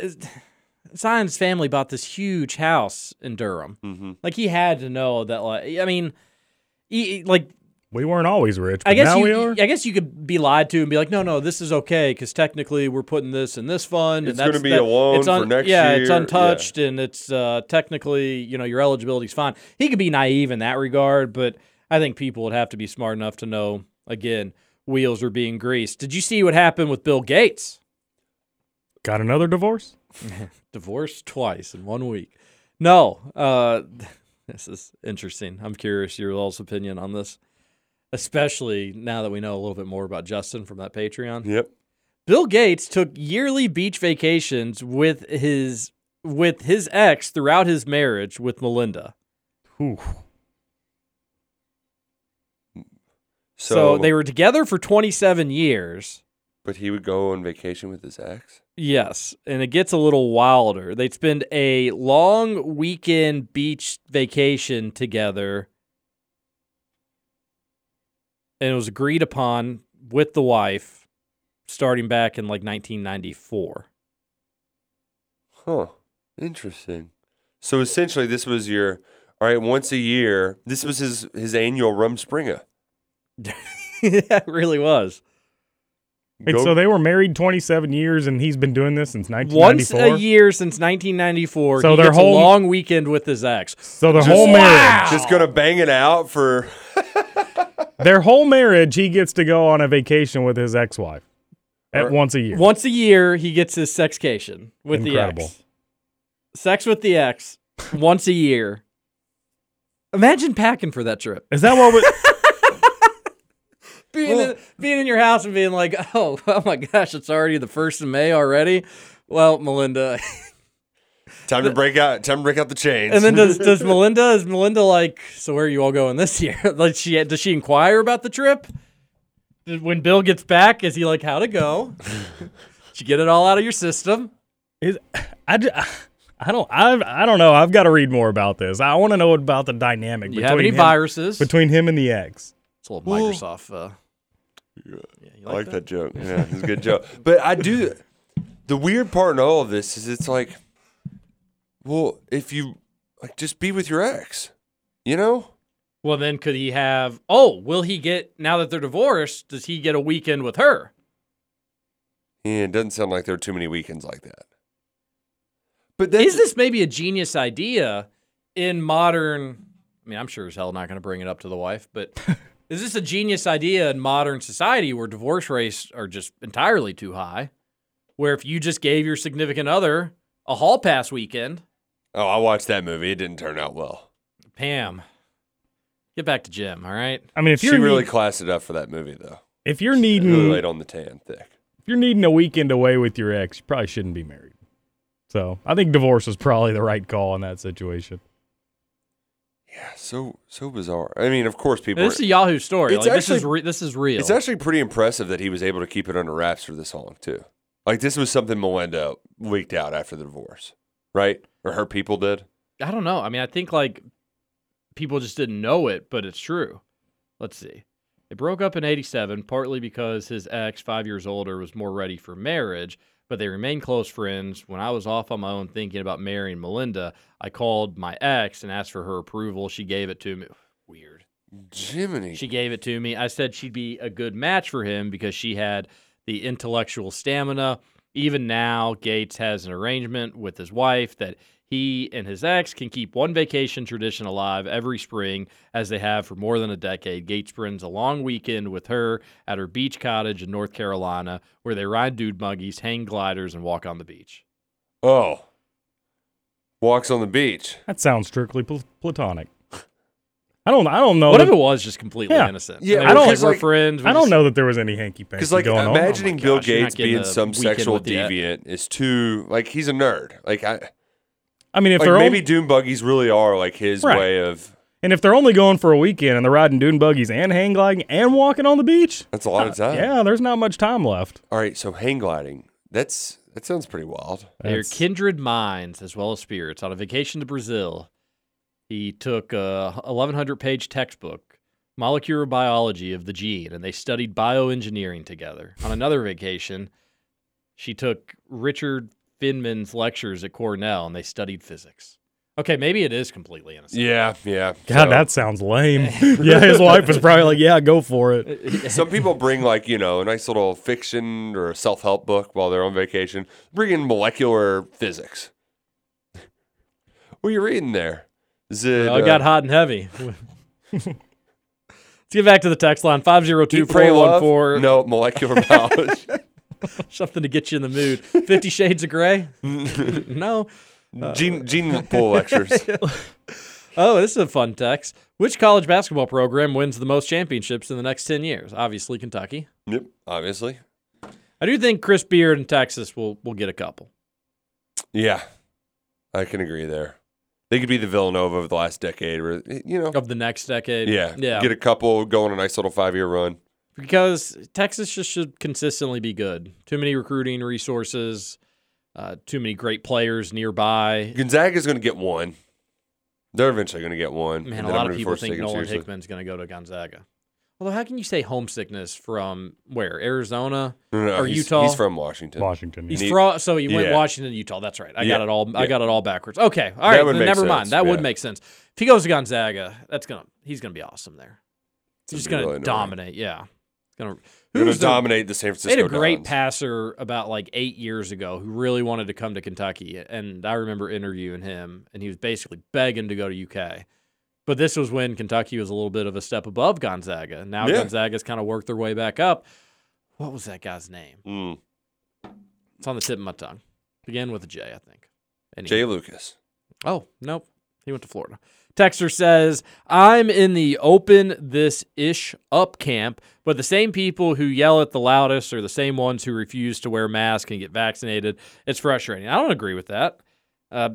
A: Zion's family bought this huge house in Durham.
B: Mhm.
A: Like he had to know that. Like, I mean, he, like
C: We weren't always rich. But
A: I guess
C: now
A: you,
C: we are.
A: I guess you could be lied to and be like, no, no, this is okay because technically we're putting this in this fund.
B: It's
A: and
B: gonna
A: that's-
B: be a loan
A: it's
B: for next
A: yeah,
B: year.
A: it's
B: Yeah.
A: untouched and it's uh, technically, you know, your eligibility's fine. He could be naive in that regard, but I think people would have to be smart enough to know. Again, wheels are being greased. Did you see what happened with Bill Gates?
C: Got another divorce?
A: Divorced twice in one week. No, uh, this is interesting. I'm curious your all's opinion on this, especially now that we know a little bit more about Justin from that Patreon.
B: Yep.
A: Bill Gates took yearly beach vacations with his with his ex throughout his marriage with Melinda.
B: So,
A: So, they were together for 27 years.
B: But he would go on vacation with his ex.
A: Yes, and it gets a little wilder. They'd spend a long weekend beach vacation together. And it was agreed upon with the wife starting back in like 1994.
B: Huh. Interesting. So essentially, this was your all right. Once a year, this was his his annual rum springer.
A: yeah, it really was.
C: Wait,
B: Go-
C: so they were married 27 years, and he's been doing this since
A: Once
C: 1994.
A: a year since 1994,
C: So
A: he
C: their
A: gets
C: whole-
A: a long weekend with his ex.
C: So their
A: Just-
C: whole marriage,
B: Just gonna bang it out for
C: their whole marriage, he gets to go on a vacation with his ex-wife at
B: Or-
C: once a year.
A: Once a year, he gets his sexcation with the
C: Incredible.
A: ex. Sex with the ex once a year. Imagine packing for that trip.
C: Is that what? We-
A: Being, in, being in your house and being like, oh, oh my gosh, it's already the 1st of May already. Well, Melinda.
B: time to break out. Time to break out the chains.
A: and then does, does Melinda, is Melinda like, so where are you all going this year? like she Does she inquire about the trip? Did- When Bill gets back, is he like, how to go? Did you get it all out of your system?
C: Is I, ju- I don't I've, I don't know. I've got to read more about this. I want to know about the dynamic
A: You
C: between
A: have any
C: him,
A: viruses?
C: between him and the ex.
A: It's a little Microsoft. Uh,
B: I like that, joke. Yeah, it's a good joke. But I do. The weird part in all of this is it's like, well, if you like, just be with your ex, you know.
A: Well, then could he have? Oh, will he get now that they're divorced? Does he get a weekend with her?
B: Yeah, it doesn't sound like there are too many weekends like that.
A: But is this maybe a genius idea in modern? I mean, I'm sure as hell not going to bring it up to the wife, but is this a genius idea in modern society where divorce rates are just entirely too high? Where if you just gave your significant other a hall pass weekend,
B: Oh, I watched that movie. It didn't turn out well.
A: Pam, get back to Jim, all right?
C: I mean, if
B: she
C: you're
B: really
C: need-
B: classed it up for that movie, though.
C: if you're
B: It really
C: needing
B: laid on the tan thick.
C: if you're needing a weekend away with your ex, you probably shouldn't be married. So I think divorce was probably the right call in that situation.
B: Yeah, so so bizarre. I mean, of course, people.
A: This
B: are-
A: is a Yahoo story.
B: It's
A: Like, this is
B: actually-
A: re- this is real.
B: It's actually pretty impressive that he was able to keep it under wraps for this long too. Like this was something Melinda leaked out after the divorce, right? Or her people did.
A: I don't know. I mean, I think like people just didn't know it, but it's true. Let's see. They broke up in 87, partly because his ex, five years older, was more ready for marriage, but they remained close friends. When I was off on my own thinking about marrying Melinda, I called my ex and asked for her approval. She gave it to me. Weird.
B: Jiminy.
A: She gave it to me. I said she'd be a good match for him because she had the intellectual stamina. Even now, Gates has an arrangement with his wife that he and his ex can keep one vacation tradition alive every spring, as they have for more than a decade. Gates spends a long weekend with her at her beach cottage in North Carolina, where they ride dude buggies, hang gliders, and walk on the beach.
B: Oh, walks on the beach.
C: That sounds strictly pl- platonic. I don't. I don't know.
A: What
C: that-
A: if it was just completely innocent?
C: Oh, Yeah,
A: They
C: I
A: were
C: don't.
A: like, we're friends, we
C: I don't
A: just-
C: know that there was any hanky panky
B: Because like
C: going on.
B: imagining
A: Oh gosh,
B: Bill
A: you're not
B: Gates
A: getting
B: being
A: a
B: some
A: weekend
B: sexual
A: with the- E
B: deviant is too like he's a nerd. Like I,
C: I mean, if
B: like,
C: they're
B: maybe
C: only-
B: Doom Buggies really are like his
C: Right.
B: way of.
C: and if they're only going for a weekend and they're riding dune buggies and hang gliding and walking on the beach,
B: That's a lot of time.
C: Uh, yeah, there's not much time left.
B: All right, so hang gliding. That's that sounds pretty wild.
A: They are kindred minds as well as spirits. On a vacation to Brazil, he took a 1,100 page textbook, Molecular Biology of the Gene, and they studied bioengineering together. On another vacation, she took Richard Finman's lectures at Cornell and they studied physics. Okay, maybe it is completely innocent.
B: Yeah, yeah.
C: God, that sounds lame. yeah, his wife was probably like, "Yeah, go for it."
B: Some people bring like you know a nice little fiction or a self help book while they're on vacation. Bring in molecular physics. What are you reading there? Is it?
A: Well, it got
B: uh,
A: hot and heavy. Let's get back to the text line
B: Eat,
A: 502
B: Pray, Love?
A: 414.
B: No, molecular biology.
A: Something to get you in the mood. Fifty Shades of Grey? no.
B: Gene Gene Pool lectures.
A: oh, this is a fun text. Which college basketball program wins the most championships in the next 10 years? Obviously, Kentucky.
B: Yep, obviously.
A: I do think Chris Beard in Texas will, will get a couple.
B: Yeah, I can agree there. They could be the Villanova of the last decade, or you know,
A: Of the next decade.
B: yeah,
A: Yeah.
B: Get a couple, go on a nice little five year run.
A: because Texas just should consistently be good. Too many recruiting resources, uh, too many great players nearby.
B: Gonzaga's going to get one. They're eventually going to get one.
A: Man,
B: and
A: a
B: then I'm
A: lot
B: gonna
A: of
B: be
A: people
B: forced to
A: think
B: take 'em
A: Nolan
B: seriously.
A: Hickman's going to go to Gonzaga. Although, how can you say homesickness from where? Arizona
B: No, no,
A: or
B: he's-
A: Utah?
B: He's from Washington.
C: Washington.
A: He's
B: He-
A: fro- so he went
B: Yeah.
A: Washington, Utah. That's right. I got
B: Yeah.
A: it all. I
B: Yeah.
A: got it all backwards. Okay. All
B: That
A: right.
B: would
A: then
B: make
A: never mind.
B: sense,
A: That would
B: yeah.
A: make sense. If he goes to Gonzaga, that's gonna he's gonna be awesome there. He's
B: It's
A: just
B: gonna be
A: gonna
B: really annoying.
A: dominate. Yeah. Gonna
B: They're gonna
A: who's the-
B: dominate the
A: They
B: San
A: had
B: Francisco.
A: a great
B: Dons.
A: passer about like eight years ago who really wanted to come to Kentucky, and I remember interviewing him, and he was basically begging to go to UK. But this was when Kentucky was a little bit of a step above Gonzaga. Now
B: Yeah.
A: Gonzaga's kind of worked their way back up. What was that guy's name?
B: Mm.
A: It's on the tip of my tongue. Began with a J, I think. Anyway.
B: Jay Lucas.
A: Oh, nope. He went to Florida. Texter says, I'm in the open this ish up camp, but the same people who yell at the loudest are the same ones who refuse to wear masks and get vaccinated. It's frustrating. I don't agree with that. Uh,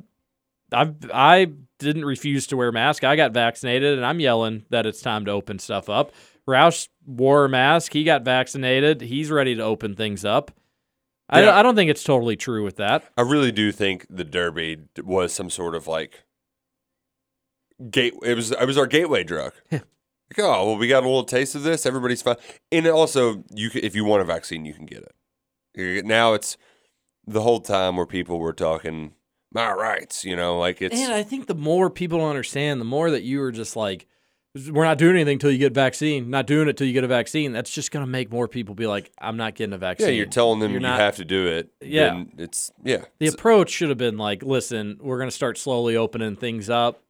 A: I've, I didn't refuse to wear mask. I got vaccinated and I'm yelling that it's time to open stuff up. Roush wore a mask. He got vaccinated. He's ready to open things up. I,
B: Yeah.
A: I don't think it's totally true with that.
B: I really do think the Derby d- was some sort of like gate. It was it was our gateway drug. Like, oh well, we got a little taste of this. Everybody's fine, and also you can, if you want a vaccine, you can get it. You- Now it's the whole time where people were talking my rights. You know, like it's
A: and I think the more people don't understand, the more that you are just like, we're not doing anything till you get vaccine. Not doing it till you get a vaccine. That's just going to make more people be like, I'm not getting a vaccine.
B: yeah, you're telling them
A: You're
B: you
A: not-
B: have to do it.
A: Yeah.
B: then it's yeah.
A: The approach should have been like, listen, we're going to start slowly opening things up,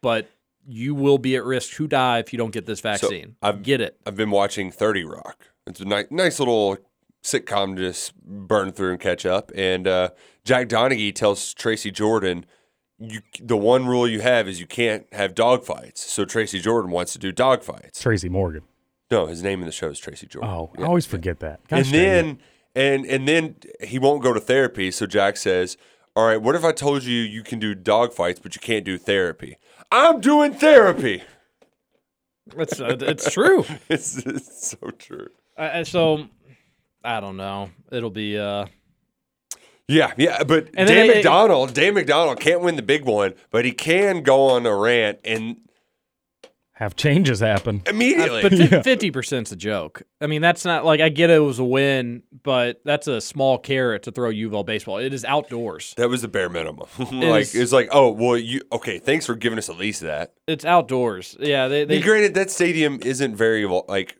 A: but you will be at risk to die if you don't get this
B: So,
A: vaccine.
B: I've,
A: get it.
B: I've been watching 30 Rock. It's a nice, nice little sitcom to just burn through and catch up. And uh, Jack Donaghy tells Tracy Jordan, you, the one rule you have is you can't have dogfights. So Tracy Jordan wants to do dogfights.
C: Tracy Morgan.
B: No, his name in the show is Tracy Jordan.
C: Oh,
B: Yeah
C: I always forget that. Gosh
B: and
C: dang it.
B: then and and then he won't go to therapy. So Jack says, All right, what if I told you you can do dog fights, but you can't do therapy? I'm doing therapy.
A: It's uh, it's true.
B: it's, it's so true.
A: Uh, so I don't know. It'll be uh
B: Yeah, yeah, but
A: And then
B: Dan
A: it- it-
B: McDonald, Dan McDonald can't win the big one, but he can go on a rant and
C: Have changes happen.
B: immediately.
A: Uh, but fifty percent's a joke. I mean, that's not like I get it was a win, but that's a small carrot to throw Uval baseball. It is outdoors.
B: That was the bare minimum. like
A: Is-
B: it's like, oh well, you okay? Thanks for giving us at least that.
A: It's outdoors. Yeah, they,
B: I mean,
A: they
B: granted, that stadium isn't very vol- like,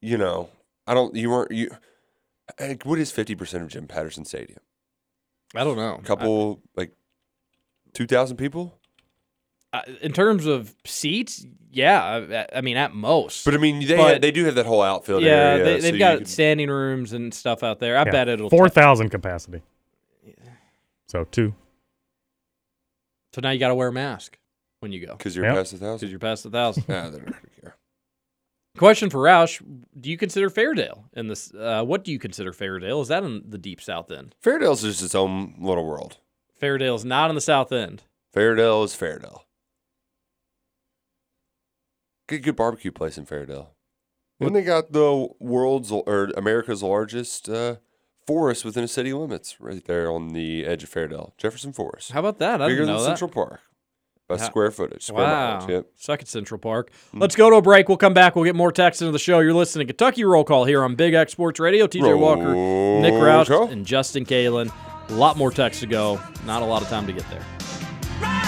B: you know, I don't. You weren't you. Like, what is fifty percent of Jim Patterson Stadium?
A: I don't know.
B: A couple like two thousand people.
A: Uh, in terms of seats, yeah, I- I, I mean at most.
B: But I mean, they
A: But-
B: they do have that whole outfield
A: yeah,
B: area.
A: they,
B: so
A: they've
B: you
A: got
B: could-
A: standing rooms and stuff out there. I bet it'll
C: four thousand capacity. So two.
A: So now you got to wear a mask when you go
B: 'Cause you're
C: Yep.
B: past a thousand. Ah,
A: because you're past a thousand.
B: Nah, they're not gonna care.
A: Question for Roush: Do you consider Fairdale in this? Uh, what do you consider Fairdale? Is that in the deep south end?
B: Fairdale's just its own little world.
A: Fairdale's not in the south end.
B: Fairdale is Fairdale. Good, good barbecue place in Fairdale. And they got the world's or America's largest uh, forest within the city limits, right there on the edge of Fairdale, Jefferson Forest.
A: How about that? I
B: Bigger
A: didn't know
B: than
A: that.
B: Central Park by
A: How-
B: square footage. Square
A: wow.
B: mileage, yep.
A: Suck at Central Park.
B: Hmm.
A: Let's go to a break. We'll come back. We'll get more text into the show. You're listening to Kentucky Roll Call here on Big X Sports Radio. TJ Walker, Nick
B: Roll
A: Roush,
B: call.
A: and Justin Kalen. A lot more text to go. Not a lot of time to get there.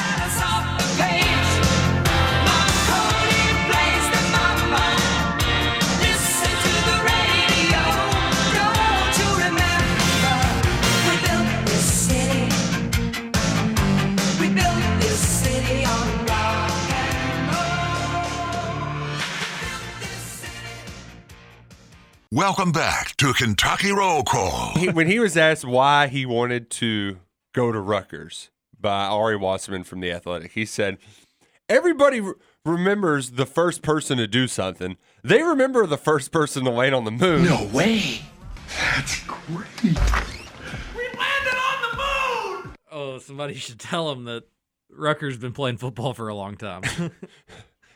J: Welcome back to Kentucky Roll Call.
B: He- when he was asked why he wanted to go to Rutgers by Ari Wasserman from The Athletic, he said, Everybody re- remembers the first person to do something. They remember the first person to land on the moon. No way.
A: Oh, somebody should tell him that Rucker's been playing football for a long time.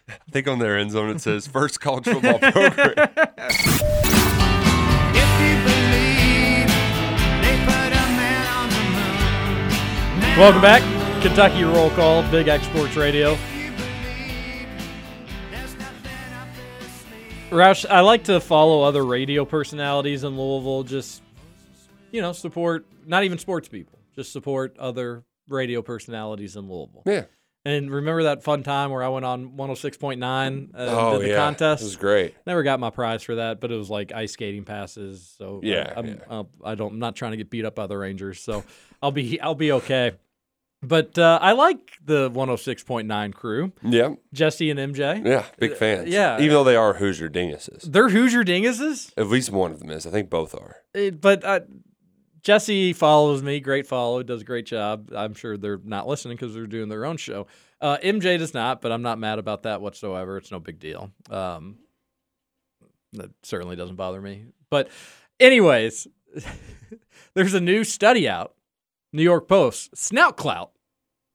B: I think on their end zone it says first college football program.
A: Welcome back, Kentucky Roll Call, Big X Sports Radio. Roush, I like to follow other radio personalities in Louisville. Just you know, support not even sports people, just support other radio personalities in Louisville.
B: Yeah.
A: And remember that fun time where I went on 106.9 uh,
B: Oh,
A: did the
B: yeah.
A: contest?
B: It was great.
A: Never got my prize for that, but it was like ice skating passes. So I-
B: Yeah,
A: I'm,
B: yeah.
A: Uh, I don't. I'm not trying to get beat up by the Rangers, so I'll be I'll be okay. But uh, I like the 106.9 crew,
B: yeah.
A: Jesse and MJ.
B: Yeah. Big fans.
A: yeah.
B: Even though they are Hoosier Dinguses.
A: They're Hoosier dinguses,
B: At least one of them is. I think both are.
A: eh, but uh, Jesse follows me. Great follow, does a great job. I'm sure they're not listening because they're doing their own show. Uh, MJ does not, but I'm not mad about that whatsoever. It's no big deal. Um, that certainly doesn't bother me. But, anyways, there's a new study out. New York Post snout clout.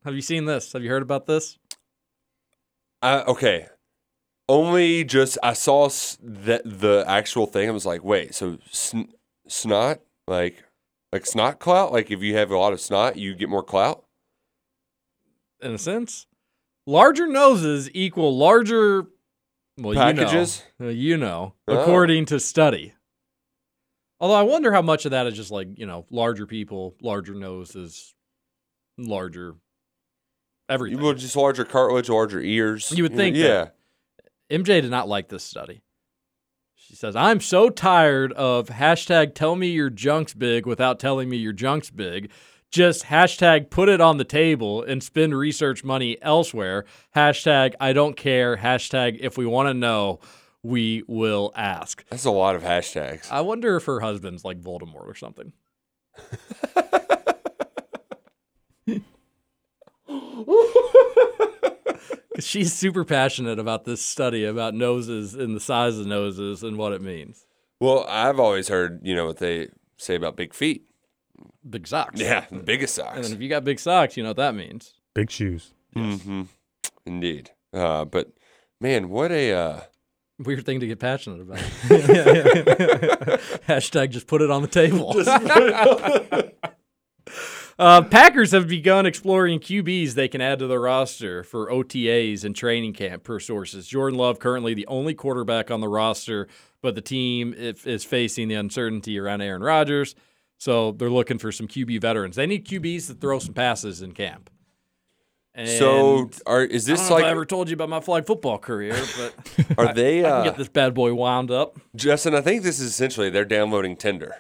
A: Have you seen this? Have you heard about this?
B: I, okay. Only just I saw s- the the actual thing. I was like, wait, so sn- snot like like snot clout? Like if you have a lot of snot, you get more clout.
A: In a sense, larger noses equal larger well,
B: Packages?
A: You know, Uh, you know
B: Oh.
A: according to study. Although I wonder how much of that is just like you know larger people, larger noses, larger
B: You
A: everything.
B: will just larger cartilage, larger ears.
A: You would
B: know,
A: think that.
B: yeah.
A: MJ did not like this study. She says, I'm so tired of hashtag tell me your junk's big without telling me your junk's big. Just hashtag put it on the table and spend research money elsewhere. Hashtag I don't care. Hashtag if we want to know, we will ask.
B: That's a lot of hashtags.
A: I wonder if her husband's like Voldemort or something. She's super passionate about this study about noses and the size of noses and what it means.
B: Well, I've always heard you know what they say about big feet.
A: big socks.
B: Yeah, biggest socks.
A: And then if you got big socks, you know what that means.
C: Big shoes.
B: hmm Indeed. Uh, but man, what a uh,
A: Weird thing to get passionate about. Hashtag just put it on the table. Uh, Packers have begun exploring QBs they can add to their roster for OTAs and training camp, per sources. Jordan Love currently the only quarterback on the roster, but the team if, is facing the uncertainty around Aaron Rodgers, so they're looking for some QB veterans. They need QBs to throw some passes in camp. And
B: so. Are is
A: I
B: this
A: don't know if
B: like
A: I ever told you about my flag football career, but
B: Are
A: I-
B: they,
A: I,
B: uh,
A: can get this bad boy wound up.
B: Justin? I think this is essentially they're downloading Tinder.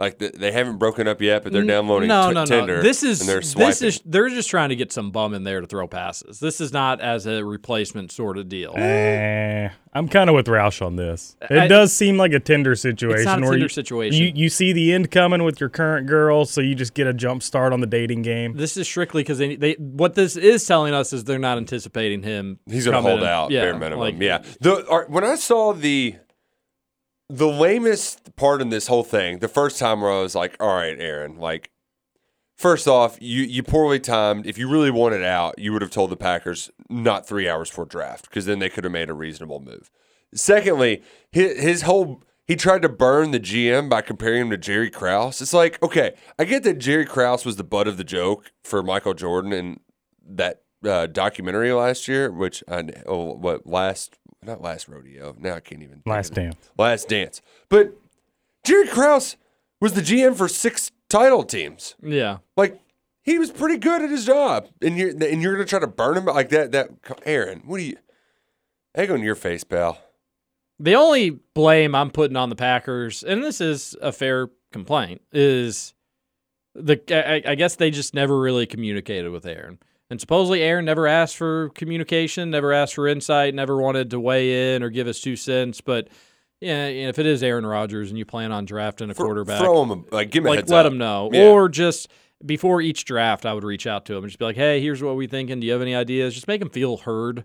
B: Like th- they haven't broken up yet, but they're
A: N-
B: downloading
A: no,
B: t-
A: no,
B: Tinder.
A: No. This is
B: and they're swiping.
A: this is they're just trying to get some bum in there to throw passes. This is not as a replacement sort of deal.
C: Eh, I'm kind of with Roush on this. It
A: I-
C: does seem like a Tinder situation.
A: It's not a
C: where
A: Tinder
C: you,
A: situation.
C: You, you see the end coming with your current girl, so you just get a jump start on the dating game.
A: This is strictly because they, they what this is telling us is they're not anticipating him.
B: He's gonna
A: coming
B: hold
A: in.
B: out
A: Yeah,
B: bare minimum.
A: like,
B: yeah. The are, when I saw the the lamest part in this whole thing, the first time where I was like, "All right, Aaron, like." First off, you, you poorly timed. If you really wanted out, you would have told the Packers not three hours before draft because then they could have made a reasonable move. Secondly, his, his whole he tried to burn the GM by comparing him to Jerry Krause. It's like, okay, I get that Jerry Krause was the butt of the joke for Michael Jordan in that uh, documentary last year, which I oh, what last not last rodeo. Now I can't even think
C: Last
B: of it.
C: Dance.
B: Last dance, but Jerry Krause was the GM for six title teams.
A: yeah.
B: Like he was pretty good at his job, and you're and you're gonna try to burn him like that. That Aaron, what do you? Egg on your face, pal.
A: The only blame I'm putting on the Packers, and this is a fair complaint, is the I, I guess they just never really communicated with Aaron. And supposedly Aaron never asked for communication, never asked for insight, never wanted to weigh in or give us two cents. But yeah, if it is Aaron Rodgers and you plan on drafting a quarterback,
B: Throw him a, like give him a
A: like
B: heads
A: let
B: up.
A: them know
B: Yeah.
A: or just before each draft i would reach out to him and just be like hey here's what we thinking do you have any ideas just make him feel heard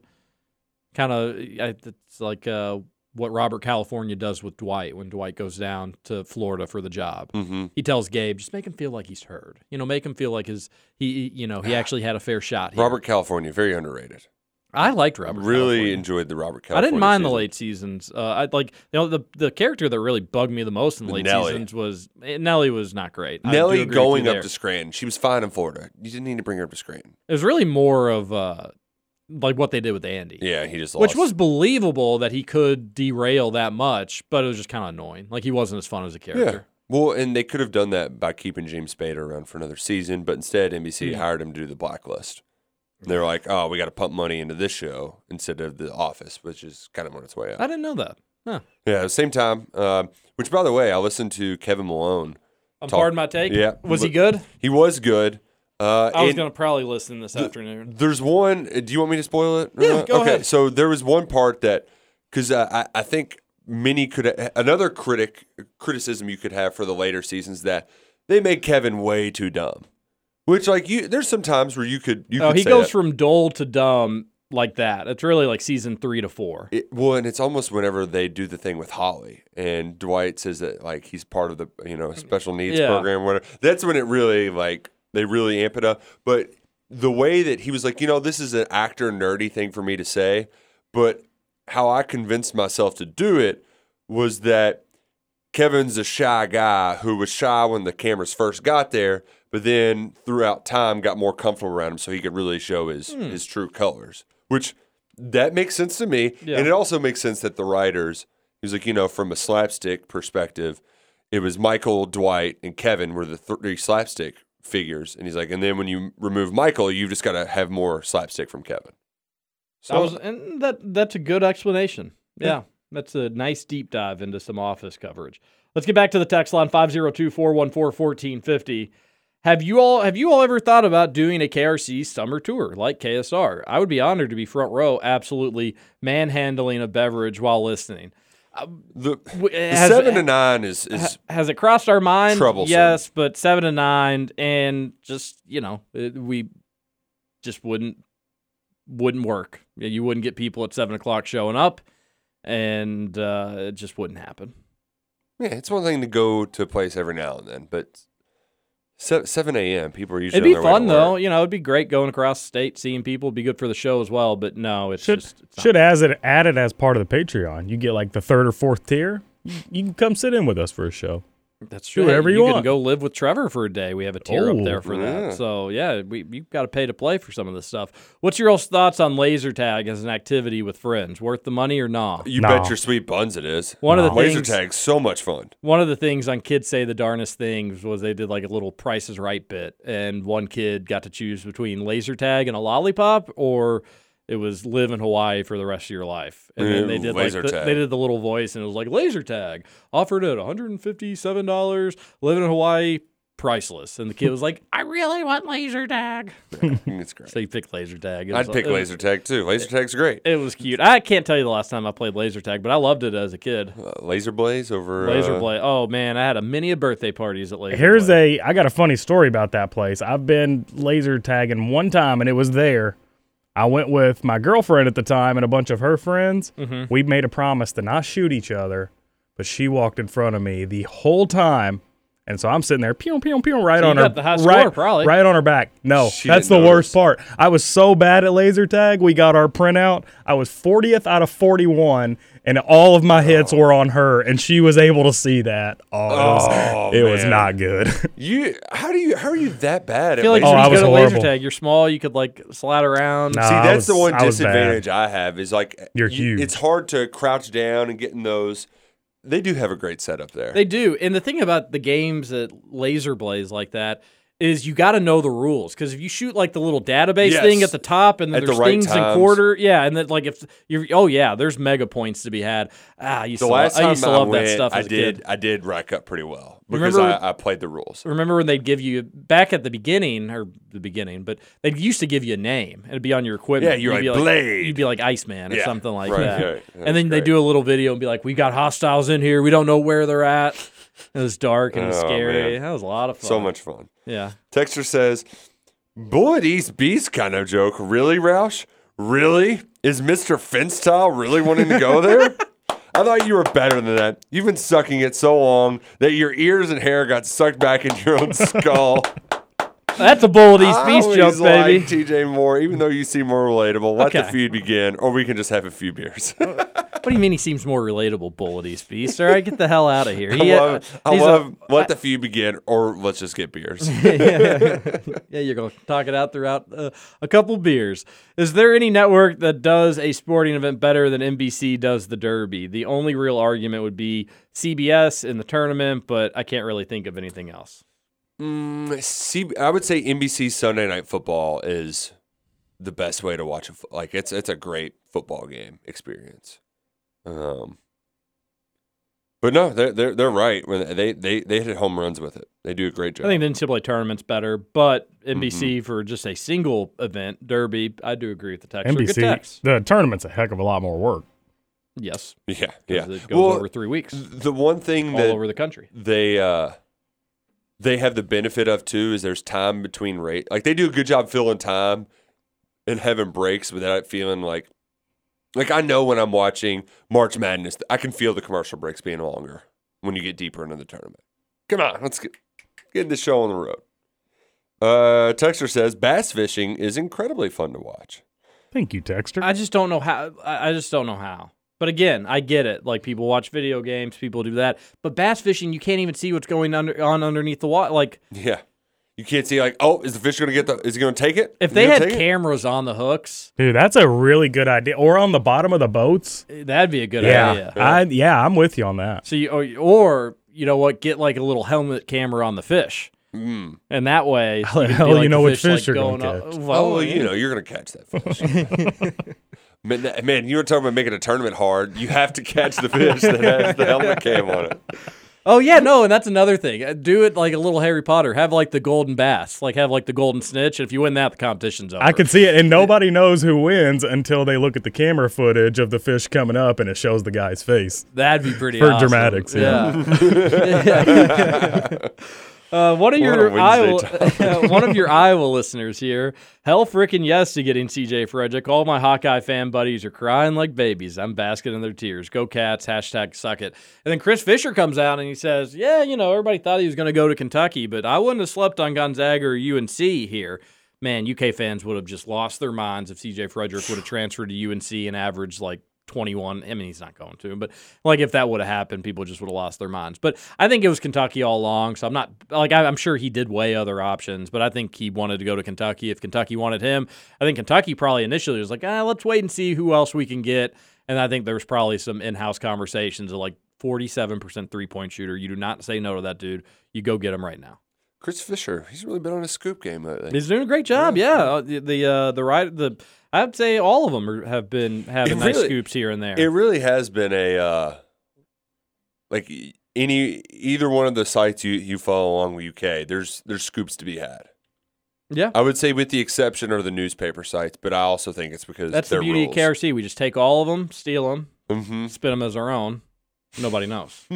A: kind of it's like uh, what robert california does with dwight when dwight goes down to florida for the job
B: Mhm.
A: he tells gabe just make him feel like he's heard you know make him feel like his he you know he actually had a fair shot here.
B: Robert California, very underrated.
A: i liked robert
B: really
A: California.
B: enjoyed the Robert
A: I
B: California.
A: didn't mind the
B: season.
A: late seasons. Uh, I like you know the the character that really bugged me the most in the late
B: Nelly.
A: seasons was eh, Nelly was not great. I do agree
B: Nelly
A: with you
B: going up
A: there.
B: to Scranton. She was fine in Florida. You didn't need to bring her up to Scranton.
A: It was really more of uh, like what they did with Andy,
B: Yeah, he just lost.
A: which was believable that he could derail that much, but it was just kind of annoying. Like he wasn't as fun as a
B: yeah.
A: character.
B: Well, and they could have done that by keeping James Spader around for another season, but instead NBC
A: Yeah.
B: hired him to do the blacklist.
A: Hmm.
B: They're like, oh, we got to pump money into this show instead of the Office, which is kind of on its way out.
A: I didn't know that. Huh.
B: Yeah, same time. Um, which, by the way, I listened to Kevin Malone.
A: Um, pardon my take?
B: Yeah,
A: Was he good?
B: He was good. Uh,
A: I was
B: and-
A: gonna probably listen this afternoon.
B: There's one. uh, Do you want me to spoil it? or
A: Yeah,
B: not?
A: go
B: okay.
A: ahead.
B: So there was one part that, because uh, I, I think many could another critic criticism you could have for the later seasons that they made Kevin way too dumb, which like you there's some times where you could you
A: oh,
B: could
A: he
B: say
A: goes
B: that.
A: from dull to dumb like that. It's really like season three to four.
B: It, well, and it's almost whenever they do the thing with Holly and Dwight says that like he's part of the you know special needs
A: Yeah.
B: program, or whatever. That's when it really like they really amp it up. But the way that he was like, you know, this is an actor nerdy thing for me to say, but how I convinced myself to do it was that Kevin's a shy guy who was shy when the cameras first got there, but then throughout time got more comfortable around him so he could really show his
A: Hmm.
B: his true colors. Which that makes sense to me.
A: Yeah.
B: And it also makes sense that the writers, he was like, you know, from a slapstick perspective, it was Michael, Dwight, and Kevin were the three slapstick figures. And he's like, and then when you remove Michael, you've just got to have more slapstick from Kevin.
A: I was, and that that's a good explanation. Yeah. That's a nice deep dive into some office coverage. Let's get back to the text line 502-414-1450. Have you all have you all ever thought about doing a KRC summer tour like KSR? I would be honored to be front row, absolutely manhandling a beverage while listening.
B: The,
A: W-
B: the
A: has-
B: seven to nine is, is
A: has it crossed our mind?
B: Troublesome.
A: Yes, but seven to nine, and just you know, it, we just wouldn't wouldn't work. Yeah, You wouldn't get people at seven o'clock showing up, and uh, it just wouldn't happen.
B: Yeah, it's one thing to go to a place every now and then, but Se- seven a.m. People are usually.
A: It'd be
B: on their way to
A: fun
B: work.
A: though. You know, it'd be great going across the state, seeing people. It'd be good for the show as well. But no, it's just
C: Should as it add it as part of the Patreon. You get like the third or fourth tier. You, you can come sit in with us for a show.
A: that's
C: do
A: true. Hey,
C: whatever you
A: can
C: want.
A: go live with Trevor for a day. We have a tier up
C: Oh,
A: there for
C: yeah.
A: that. So yeah, we you got to pay to play for some of this stuff. What's your all's thoughts on laser tag as an activity with friends? Worth the money or not?
B: You bet your sweet buns it is.
A: One of the
B: laser
A: things-
B: tag's so much fun.
A: One of the things on Kids Say the Darnest Things was they did like a little Price is Right bit, and one kid got to choose between laser tag and a lollipop, or it was live in Hawaii for the rest of your life. And then they
B: Ooh,
A: did like
B: laser
A: the,
B: tag.
A: they did the little voice, and it was like laser tag offered at one hundred and fifty seven dollars, live in Hawaii, priceless. And the kid was like, I really want laser tag.
B: it's great.
A: So you picked laser tag. It
B: I'd
A: was-
B: pick
A: it was-
B: laser tag too. Laser tag's great.
A: It was cute. I can't tell you the last time I played laser tag, but I loved it as a kid.
B: Uh, laser blaze over
A: laser
B: uh,
A: blade. Oh man, I had a many a birthday parties at laser.
C: Here's a I got a funny story about that place. I've been laser tagging one time and it was there. I went with my girlfriend at the time and a bunch of her friends.
A: Mhm.
C: We made a promise to not shoot each other, but she walked in front of me the whole time. And so I'm sitting there, pew pew pew, right
A: So you
C: on her,
A: got the high
C: right,
A: score, probably.
C: right on her back. No,
A: She
C: that's the
A: didn't
C: worst part. I was so bad at laser tag. We got our printout. I was 40th out of 41, and all of my hits
A: Oh.
C: were on her, and she was able to see that. Oh,
B: Oh,
C: it was, it was
B: man.
C: not good.
B: You how do you how are you that bad?
A: I feel like
C: Oh,
A: if
C: I
A: you
C: was
A: go to laser
C: horrible.
A: tag, you're small, you could like slide around.
C: Nah,
B: See,
C: Oh, I
B: that's
C: was- uh,
B: the one
C: I was bad.
B: disadvantage I have is like
C: You're
B: you- It's hard to crouch down and get in those. They do have a great setup there.
A: They do. And the thing about the games at laser blaze like that is you got to know the rules because if you shoot like the little database
B: Yes.
A: thing at the top and then
B: At the
A: there's
B: right
A: things
B: times.
A: in quarter, yeah, and then like if you're oh yeah, there's mega points to be had. Ah, I used
B: the
A: to, lo-
B: last
A: I
B: time
A: used to
B: I
A: love
B: went,
A: that stuff.
B: I
A: as a
B: did.
A: kid.
B: I did rack up pretty well because
A: Remember-
B: I, I played the rules.
A: Remember when they'd give you back at the beginning or the beginning, but they used to give you a name and it'd be on your equipment.
B: Yeah, you're
A: You'd be
B: like, "Blade."
A: You'd be like Iceman or
B: Yeah,
A: something like
B: right,
A: that.
B: right. That
A: and then
B: was
A: they do a little video and be like, "We got hostiles in here. We don't know where they're at." It was dark and it was
B: Oh,
A: scary.
B: man.
A: That was a lot of fun.
B: So much fun.
A: Yeah.
B: Texter says, "Boy, these beast kind of joke. Really, Roush? Really? Is Mister Finstyle really wanting to go there?" I thought you were better than that. You've been sucking it so long that your ears and hair got sucked back into your own skull.
A: That's a bull of these beast joke,
B: always
A: baby.
B: liked TJ Moore, even though you seem more relatable, let the
A: Okay.
B: feud begin, or we can just have a few beers.
A: What do you mean he seems more relatable, bull of these beast? All right, get the hell out of here.
B: I
A: He, uh,
B: love, I
A: he's a-
B: love let the feud begin, or let's just get beers.
A: yeah, yeah, you're going to talk it out throughout uh, a couple beers. Is there any network that does a sporting event better than NBC does the Derby? The only real argument would be CBS in the tournament, but I can't really think of anything else.
B: Mm, C- I would say NBC Sunday Night Football is the best way to watch a fo- like it's it's a great football game experience. Um, but no, they're they're, they're right when they, they they hit home runs with it. Mm-hmm. They do a great job.
A: I think the NCAA tournament's better, but NBC for just a single event, Derby, I do agree with the text. Good
C: NBC,
A: text.
C: the tournament's a heck of a lot more work.
A: Yes.
B: yeah,
A: 'Cause
B: yeah.
A: It goes over three weeks
B: The one thing
A: all
B: that
A: over the country.
B: they uh they have the benefit of too is there's time between rate like they do a good job filling time and having breaks without it feeling like like I know when I'm watching March Madness I can feel the commercial breaks being longer when you get deeper into the tournament. Come on, let's get get the show on the road. Uh Texter says bass fishing is incredibly fun to watch.
C: Thank you, Texter.
A: I just don't know how. I I just don't know how. But again, I get it. Like people watch video games, people do that. But bass fishing, you can't even see what's going under, on underneath the water. Like
B: Yeah. You can't see like, oh, is the fish gonna get the is he gonna take it?
A: if
B: Is
A: they
B: he gonna
A: had
B: take it?
A: cameras on the hooks,
C: Dude, that's a really good idea. Or on the bottom of the boats.
A: eh, that'd be a good
C: yeah,
A: idea.
C: I, yeah, I'm with you on that.
A: So you or, or you know what? Get like a little helmet camera on the fish,
B: Mm.
A: and that way
C: How
A: could
C: the
A: be
C: hell you
A: like,
C: know
A: the
C: which
A: like,
C: fish you're gonna
A: up-
C: catch?
A: Well,
B: Oh, well,
A: yeah.
B: you know, you're gonna catch that fish. man, that- man, you were talking about making a tournament hard. You have to catch the fish that has the helmet cam on it.
A: Oh yeah, no, and that's another thing. Uh, Do it like a little Harry Potter. Have like the golden bass. Like have like the golden snitch. And if you win that, the competition's over.
C: I can see it, and nobody knows who wins until they look at the camera footage of the fish coming up, and it shows the guy's face.
A: That'd be pretty
C: For
A: awesome.
C: dramatics, yeah.
A: yeah. Uh, one of
B: What a
A: your
B: Wednesday
A: Iowa, one of your Iowa listeners here. Hell, frickin' yes to getting CJ Frederick. All my Hawkeye fan buddies are crying like babies. I'm basking in their tears. Go Cats! Hashtag suck it. And then Chris Fisher comes out and he says, "Yeah, you know, everybody thought he was going to go to Kentucky, but I wouldn't have slept on Gonzaga or UNC here." Man, UK fans would have just lost their minds if CJ Frederick would have transferred to UNC and averaged like 21. I mean, he's not going to, but like if that would have happened, people just would have lost their minds. But I think it was Kentucky all along. So I'm not like I, I'm sure he did weigh other options, but I think he wanted to go to Kentucky if Kentucky wanted him. I think Kentucky probably initially was like, ah, let's wait and see who else we can get. And I think there was probably some in-house conversations of like 47% three-point shooter. You do not say no to that dude. You go get him right now.
B: Chris Fisher, he's really been on a scoop game lately.
A: He's doing a great job. Yeah, Uh, the the uh, the right the I'd say all of them are, have been having nice
B: really-
A: scoops here and there.
B: It really has been a uh, like e- any either one of the sites you you follow along with UK. There's there's scoops to be had.
A: Yeah.
B: I would say with the exception are the newspaper sites, but I also think it's because
A: That's the
B: they're
A: beauty
B: rules.
A: of KRC. We just take all of them, steal them,
B: Mhm.
A: spin them as our own. Nobody knows.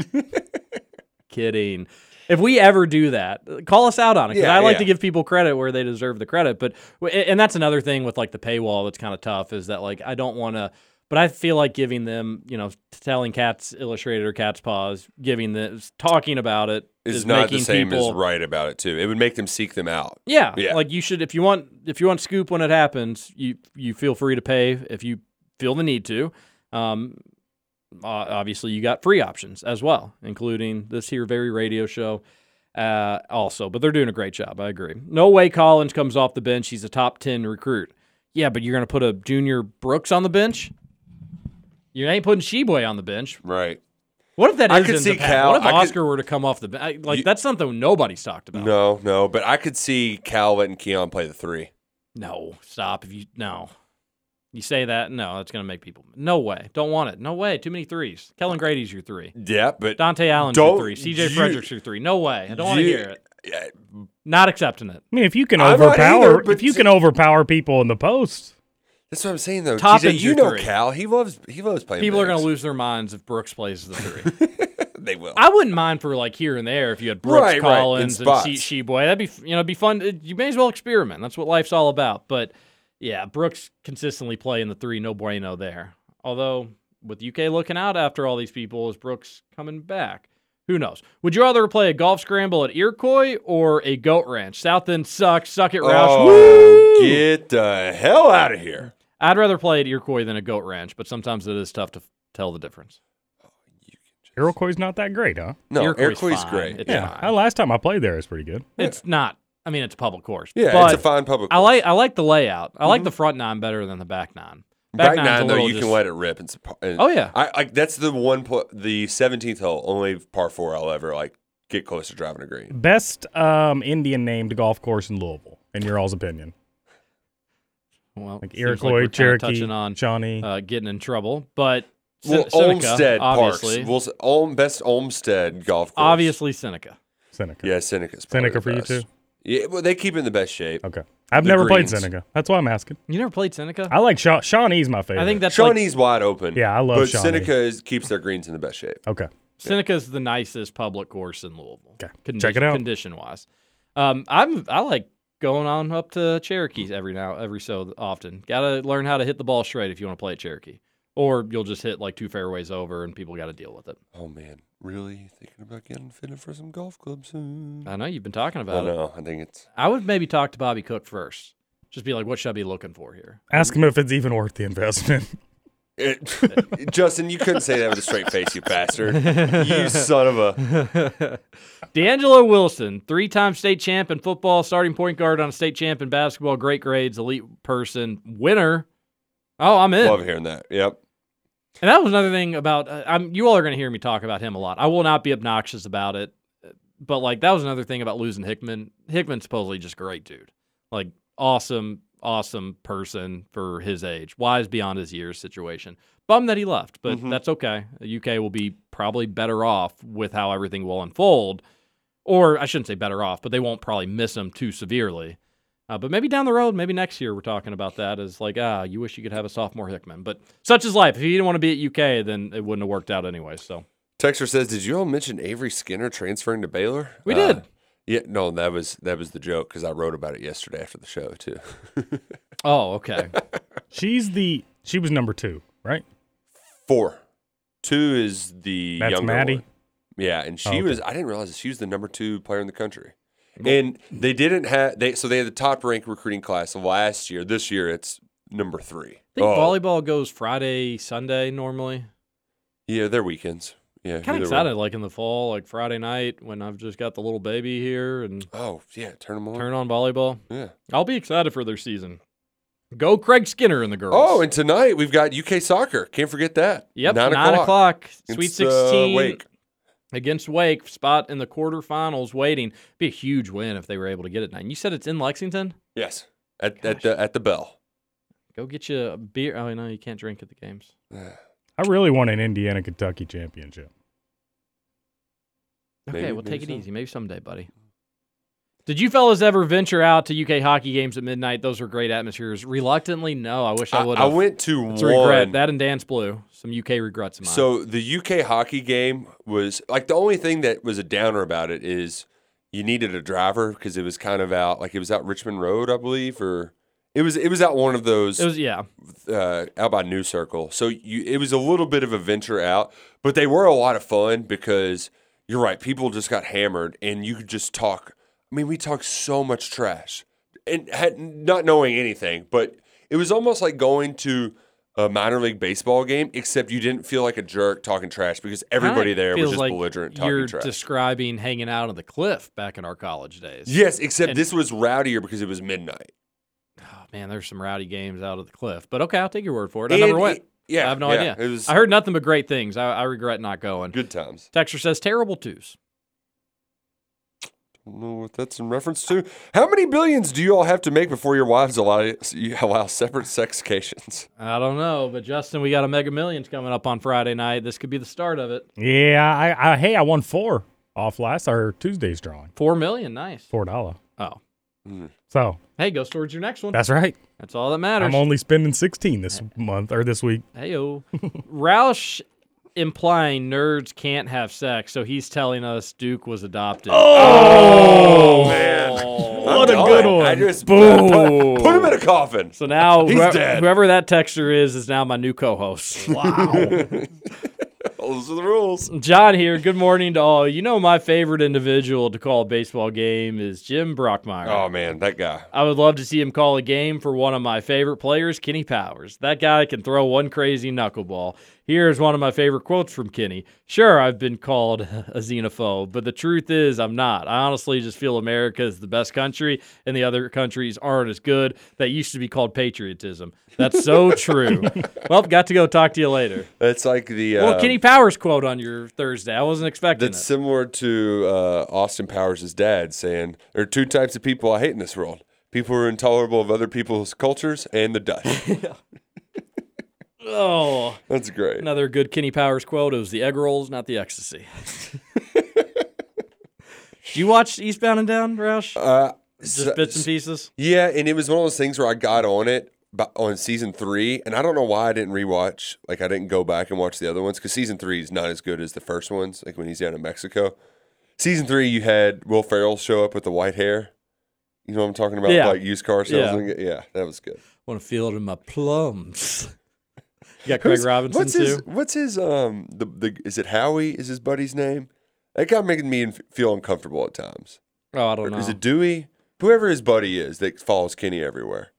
A: Kidding. If we ever do that, uh, call us out on it. 'cause
L: Yeah,
A: I like
L: yeah.
A: to give people credit where they deserve the credit. But w- a- and that's another thing with like the paywall that's kind of tough is that like I don't want to. But I feel like giving them, you know, telling Cats Illustrated or Cats Paws, giving this, talking about it
B: Is not the
A: making
B: same
A: people
B: as right about it too. It would make them seek them out.
A: yeah,
B: Yeah.
A: like you should if you want if you want scoop when it happens, you you feel free to pay if you feel the need to. Um, o- obviously, you got free options as well, including this here very radio show. Uh, also, but they're doing a great job. I agree. No way Collins comes off the bench. He's a top ten recruit. Yeah, but you're gonna put a junior Brooks on the bench. You ain't putting Sheboy on the bench,
B: right?
A: What if that
B: I
A: is
B: could
A: ends
B: see
A: up happening?
B: Cal-
A: What if
B: I could-
A: Oscar were to come off the bench? Like that's something nobody's talked about.
B: No, no, but I could see Cal letting Keon play the three.
A: No, stop. If you no, you say that no, that's gonna make people. No way, don't want it. No way, too many threes. Kellen Grady's your three.
B: Yeah, but
A: Dante Allen's
B: don't
A: your three. CJ
B: you-
A: Frederick's your three. No way, I don't want to
B: you-
A: hear it. Not accepting it.
C: I mean, if you can
B: I'm not
C: overpower,
B: either, but
C: if you can overpower people in the post,
B: That's what I'm saying though.
A: Top
B: TJ,
A: is
B: you
A: your
B: know
A: three.
B: Cal. He loves he loves playing.
A: People are
B: bigs.
A: gonna lose their minds if Brooks plays the three.
B: they will.
A: I wouldn't mind for like here and there if you had Brooks
B: Right, right, in
A: Collins
B: spots.
A: and she boy. That'd be you know it'd be fun. It- You may as well experiment. That's what life's all about. But yeah, Brooks consistently playing the three. No bueno there. Although with UK looking out after all these people, is Brooks coming back? Who knows? Would you rather play a golf scramble at Iroquois or a goat ranch? South End sucks. Suck it, Roush.
B: Oh, get the hell out of here.
A: I'd rather play at Iroquois than a goat ranch, but sometimes it is tough to f- tell the difference.
C: Iroquois not that great, huh?
B: No,
A: Iroquois is
B: Iroquois is
A: fine.
B: great.
A: It's
C: yeah,
A: fine.
C: I- last time I played there, it was pretty good.
A: It's not. I mean, it's a public course.
B: Yeah,
A: but
B: it's a fine public
A: I like I like the layout. I like the front nine better than the back nine.
B: Back,
A: nine's a
B: nine though,
A: little
B: you
A: just-
B: can let it rip. And, sup- and
A: Oh, yeah.
B: I like that's the one. Pl- the seventeenth hole, only par four I'll ever like get close to driving a green.
C: Best um, Indian named golf course in Louisville, in your all's opinion.
A: Well,
C: like
A: seems like
C: Iroquois,
A: we're kinda
C: Cherokee,
A: touching on
C: Shawnee.
A: uh, getting in trouble, but Sen-
B: Well,
A: Seneca,
B: Olmsted
A: obviously,
B: Parks. We'll, s- Olm, best Olmsted golf course.
A: obviously Seneca.
C: Seneca.
B: Yeah, Seneca's probably
C: Seneca
B: the
C: for you
B: best.
C: too.
B: Yeah, well, they keep it in the best shape.
C: Okay. I've
B: The
C: never
B: greens.
C: played Seneca. That's why I'm asking.
A: You never played Seneca?
C: I like Shaw- Shawnee's my favorite.
A: I think that's
B: Shawnee's
A: like,
B: wide open.
C: Yeah, I love
B: But
C: Shawnee.
B: Seneca is, keeps their greens in the best shape.
C: Okay.
A: Seneca's the nicest public course in Louisville. Okay,
C: Check it out.
A: Condition wise, um, I'm I like going on up to Cherokees every now every so often. Got to learn how to hit the ball straight if you want to play at Cherokee, or you'll just hit like two fairways over and people got to deal with it.
B: Oh man, really thinking about getting fitted for some golf clubs soon.
A: I know you've been talking
B: I
A: about it.
B: know. I think it's
A: I would maybe talk to Bobby Cook first. Just be like, what should I be looking for here?
C: Ask him if it's even worth the investment.
B: it, Justin. You couldn't say that with a straight face, you bastard. You son of a.
A: D'Angelo Wilson, three time state champ in football, starting point guard on a state champ in basketball, great grades, elite person, winner. Oh, I'm in.
B: Love hearing that. Yep.
A: And that was another thing about uh, I'm, you all are going to hear me talk about him a lot. I will not be obnoxious about it, but like that was another thing about losing Hickman. Hickman's supposedly just a great dude, like awesome, awesome person for his age, wise beyond his years situation. Bum that he left, but
L: Mhm.
A: that's okay. The UK will be probably better off with how everything will unfold, or I shouldn't say better off, but they won't probably miss him too severely. Uh, but maybe down the road, maybe next year, we're talking about that as like, ah, you wish you could have a sophomore Hickman. But such is life. If he didn't want to be at UK, then it wouldn't have worked out anyway. So
B: Texter says, "Did you all mention Avery Skinner transferring to Baylor?"
A: we
B: Uh,
A: did.
B: Yeah, no, that was that was the joke because I wrote about it yesterday after the show too.
A: Oh, okay.
C: She's the she was number two, right?
B: Four, two is the
C: That's
B: younger
C: Maddie?
B: one. Yeah, and she
C: Oh, okay.
B: was. I didn't realize that she was the number two player in the country. And they didn't have they so they had the top ranked recruiting class of last year. This year it's number three.
A: I think
B: Oh,
A: volleyball goes Friday, Sunday normally.
B: yeah, they're weekends. Yeah,
A: Kind
B: either
A: of
B: way.
A: excited, like in the fall, like Friday night when I've just got the little baby here and
B: oh yeah, turn them on.
A: turn on volleyball.
B: Yeah.
A: I'll be excited for their season. Go Craig Skinner and the girls.
B: Oh, and tonight we've got UK soccer. Can't forget that.
A: Yep,
B: nine,
A: o'clock. Sweet
B: It's, uh,
A: sixteen
B: Wake.
A: against Wake, spot in the quarterfinals. Waiting, be a huge win if they were able to get it. And you said it's in Lexington.
B: Yes, at, at the at the bell.
A: Go get you a beer. Oh no, you can't drink at the games.
C: I really want an Indiana Kentucky championship.
A: Okay,
C: Maybe-
A: well
C: maybe
A: take it easy. Maybe someday, buddy. Did you fellas ever venture out to UK hockey games at midnight? Those were great atmospures. Reluctantly, no. I wish I
B: I-
A: would.
B: I went to
A: It's a regret.
B: one.
A: That and Dance Blue. Some UK regrets of mine.
B: So the UK hockey game was like the only thing that was a downer about it is you needed a driver because it was kind of out like it was out Richmond Road, I believe, or it was it was out one of those.
A: It was- yeah.
B: uh, out by New Circle. So you it was a little bit of a venture out, but they were a lot of fun because you're right. People just got hammered, and you could just talk. I mean, we talked so much trash and had not knowing anything, but it was almost like going to a minor league baseball game, except you didn't feel like a jerk talking trash because everybody
A: Kinda
B: there was
A: feels
B: just
A: like
B: belligerent
A: You're
B: talking trash.
A: describing hanging out on the cliff back in our college days.
B: yes, except
A: And,
B: this was rowdier because it was midnight.
A: oh, man, there's some rowdy games out of the cliff. But okay, I'll take your word for it. I
B: And
A: never went.
B: it- yeah,
A: I have no
B: yeah,
A: idea.
B: it was-
A: I heard nothing but great things. I, I regret not going.
B: Good times.
A: Texture says terrible twos.
B: don't know what that's in reference to. How many billions do you all have to make before your wives allow, you allow separate sexcations?
A: I don't know, but Justin, we got a Mega Millions coming up on Friday night. This could be the start of it.
C: Yeah, I, I hey, I won four off last our Tuesday's drawing.
A: Four million, nice.
C: Four dollar.
A: Oh,
C: So
A: hey, go towards your next one.
C: that's right.
A: That's all that matters.
C: I'm only spending sixteen this month or this week.
A: Heyo, Roush implying nerds can't have sex, so he's telling us Duke was adopted.
B: Oh, man.
A: Oh, What
B: I'm
A: a good
B: done. I
A: one.
B: just
A: Boom.
B: Put, him in a coffin.
A: So now
B: he's
A: whoever,
B: dead.
A: whoever that texture is is now my new co-host.
B: Those are the rules.
A: John here. Good morning to all. You know my favorite individual to call a baseball game is Jim Brockmeyer.
B: Oh, man, that guy.
A: I would love to see him call a game for one of my favorite players, Kenny Powers. That guy can throw one crazy knuckleball. Here's one of my favorite quotes from Kenny. Sure, I've been called a xenophobe, but the truth is I'm not. I honestly just feel America is the best country and the other countries aren't as good. That used to be called patriotism. That's so true. well, got to go talk to you later.
B: That's like the. Uh,
A: Well, Kenny Powers quote on your Thursday. I wasn't expecting
B: That's
A: it.
B: similar to uh, Austin Powers' dad saying, There are two types of people I hate in this world people who are intolerable of other people's cultures and the Dutch.
A: Oh,
B: That's great.
A: Another good Kenny Powers quote. It was the egg rolls, not the ecstasy. Do you watch Eastbound and Down, Roush?
B: Uh,
A: Just
B: so-
A: bits and pieces.
B: Yeah, and it was one of those things where I got on it bu- on season three, and I don't know why I didn't rewatch. Like I didn't go back and watch the other ones because season three is not as good as the first ones. Like when he's down in Mexico, season three you had Will Ferrell show up with the white hair. You know what I'm talking about?
A: Yeah.
B: Like used car
A: Yeah.
B: salesman. Yeah, that was good.
A: Want to feel it in my plums. You got Craig
B: Who's-
A: Robinson
B: what's
A: too.
B: His, what's his um the, the is it Howie? Is his buddy's name? That guy making me inf- feel uncomfortable at times.
A: Oh, I don't know.
B: Is it Dewey? Whoever his buddy is that follows Kenny everywhere.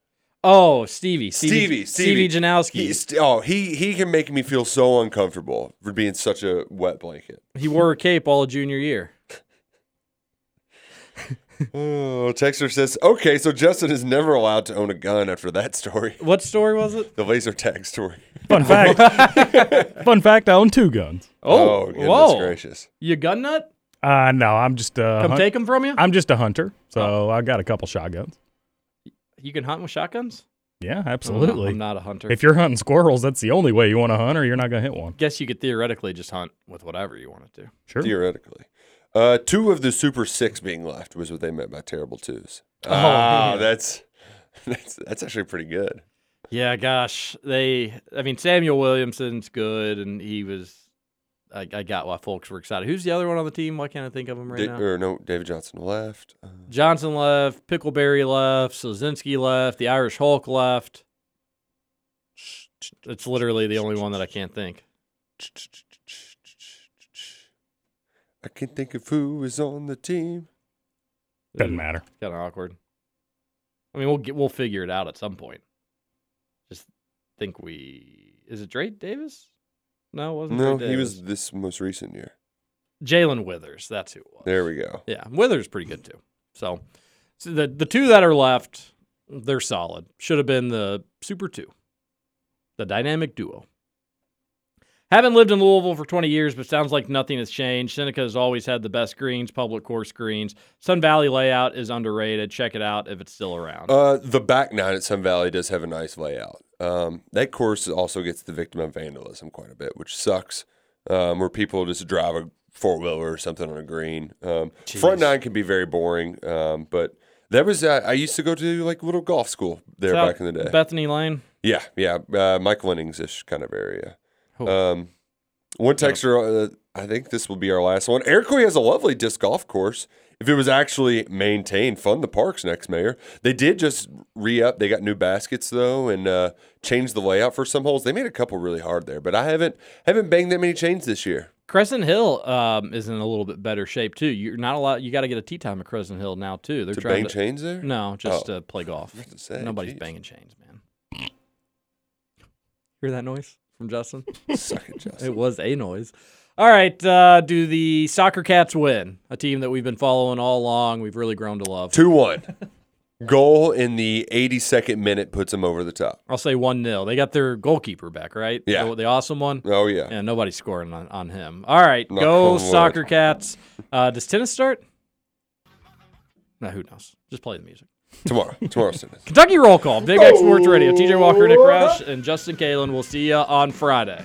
A: oh, Stevie. Stevie.
B: Stevie,
A: Stevie, Janowski.
B: He- St- oh, he he can make me feel so uncomfortable for being such a wet blanket.
A: He wore a cape all of junior year.
B: Oh, Texter says, okay, so Justin is never allowed to own a gun after that story.
A: What story was it?
B: The laser tag story.
C: Fun fact. fun fact. I own two guns.
A: Oh,
B: goodness
A: whoa.
B: gracious.
A: You a gun nut?
C: Uh no, I'm just uh
A: Come take 'em from you?
C: I'm just a hunter, so I got a couple shotguns.
A: You can hunt with shotguns?
C: Yeah, absolutely.
A: I'm not a hunter.
C: If you're hunting squirrels, that's the only way you want to hunt, or you're not gonna hit one.
A: Guess you could theoretically just hunt with whatever you wanted to.
C: Sure.
B: Theoretically. Uh, two of the Super Six being left was what they meant by terrible twos.
A: Oh,
B: Ah,
A: yeah.
B: that's, that's that's actually pretty good.
A: Yeah, gosh, they. I mean, Samuel Williamson's good, and he was I, I got why folks were excited. Who's the other one on the team? Why can't I think of him right
B: Da-
A: now?
B: or no, David Johnson left. Uh,
A: Johnson left, Pickleberry left, Slezinski left, the Irish Hulk left. It's literally the only one that I can't think.
B: I can't think of who is on the team.
C: Doesn't matter.
A: Kind of awkward. I mean, we'll get, we'll figure it out at some point. Just think we is it Drake Davis? No, it wasn't.
B: No,
A: Drake
B: he
A: Davis.
B: was this most recent year.
A: Jalen Withers. That's who it was.
B: There we go.
A: Yeah, Withers pretty good too. So, so the the two that are left, they're solid. Should have been the super two, the dynamic duo. Haven't lived in Louisville for 20 years, but sounds like nothing has changed. Seneca has always had the best greens, public course greens. Sun Valley layout is underrated. Check it out if it's still around.
B: Uh, the back nine at Sun Valley does have a nice layout. Um, that course also gets the victim of vandalism quite a bit, which sucks. Um, where people just drive a four wheeler or something on a green. Um, front nine can be very boring, um, but that was uh, I used to go to like little golf school there
A: It's out
B: back in the day.
A: Bethany Lane.
B: Yeah, yeah, uh, Mike Lennings ish kind of area. Um, one texter, uh, I think this will be our last one. Iroquois has a lovely disc golf course. If it was actually maintained, fund the parks next mayor. They did just re up. They got new baskets though, and uh, changed the layout for some holes. They made a couple really hard there, but I haven't haven't banged that many chains this year.
A: Crescent Hill um, is in a little bit better shape too. You're not allowed. You got to get a tee time at Crescent Hill now too. They're
B: To
A: trying
B: bang
A: to,
B: chains there?
A: No, just
B: Oh.
A: to play golf.
B: What to say,
A: Nobody's
B: geez.
A: banging chains, man. Hear that noise from Justin?
B: Suck it, Justin.
A: it was a noise. All right. Uh, do the Soccer Cats win? A team that we've been following all along. We've really grown to love.
B: Two one goal in the 82nd minute puts them over the top.
A: I'll say one 0 They got their goalkeeper back, right?
B: Yeah.
A: the, the awesome one.
B: Oh yeah,
A: Yeah, nobody's scoring on, on him. All right,
B: Knock on
A: go
B: wood.
A: soccer cats. Uh, does tennis start? No, who knows? Just play the music.
B: tomorrow, tomorrow's Sunday.
A: Kentucky roll call, Big X Sports Radio. TJ Walker, Nick Roush, and Justin Kalen. We'll see you on Friday.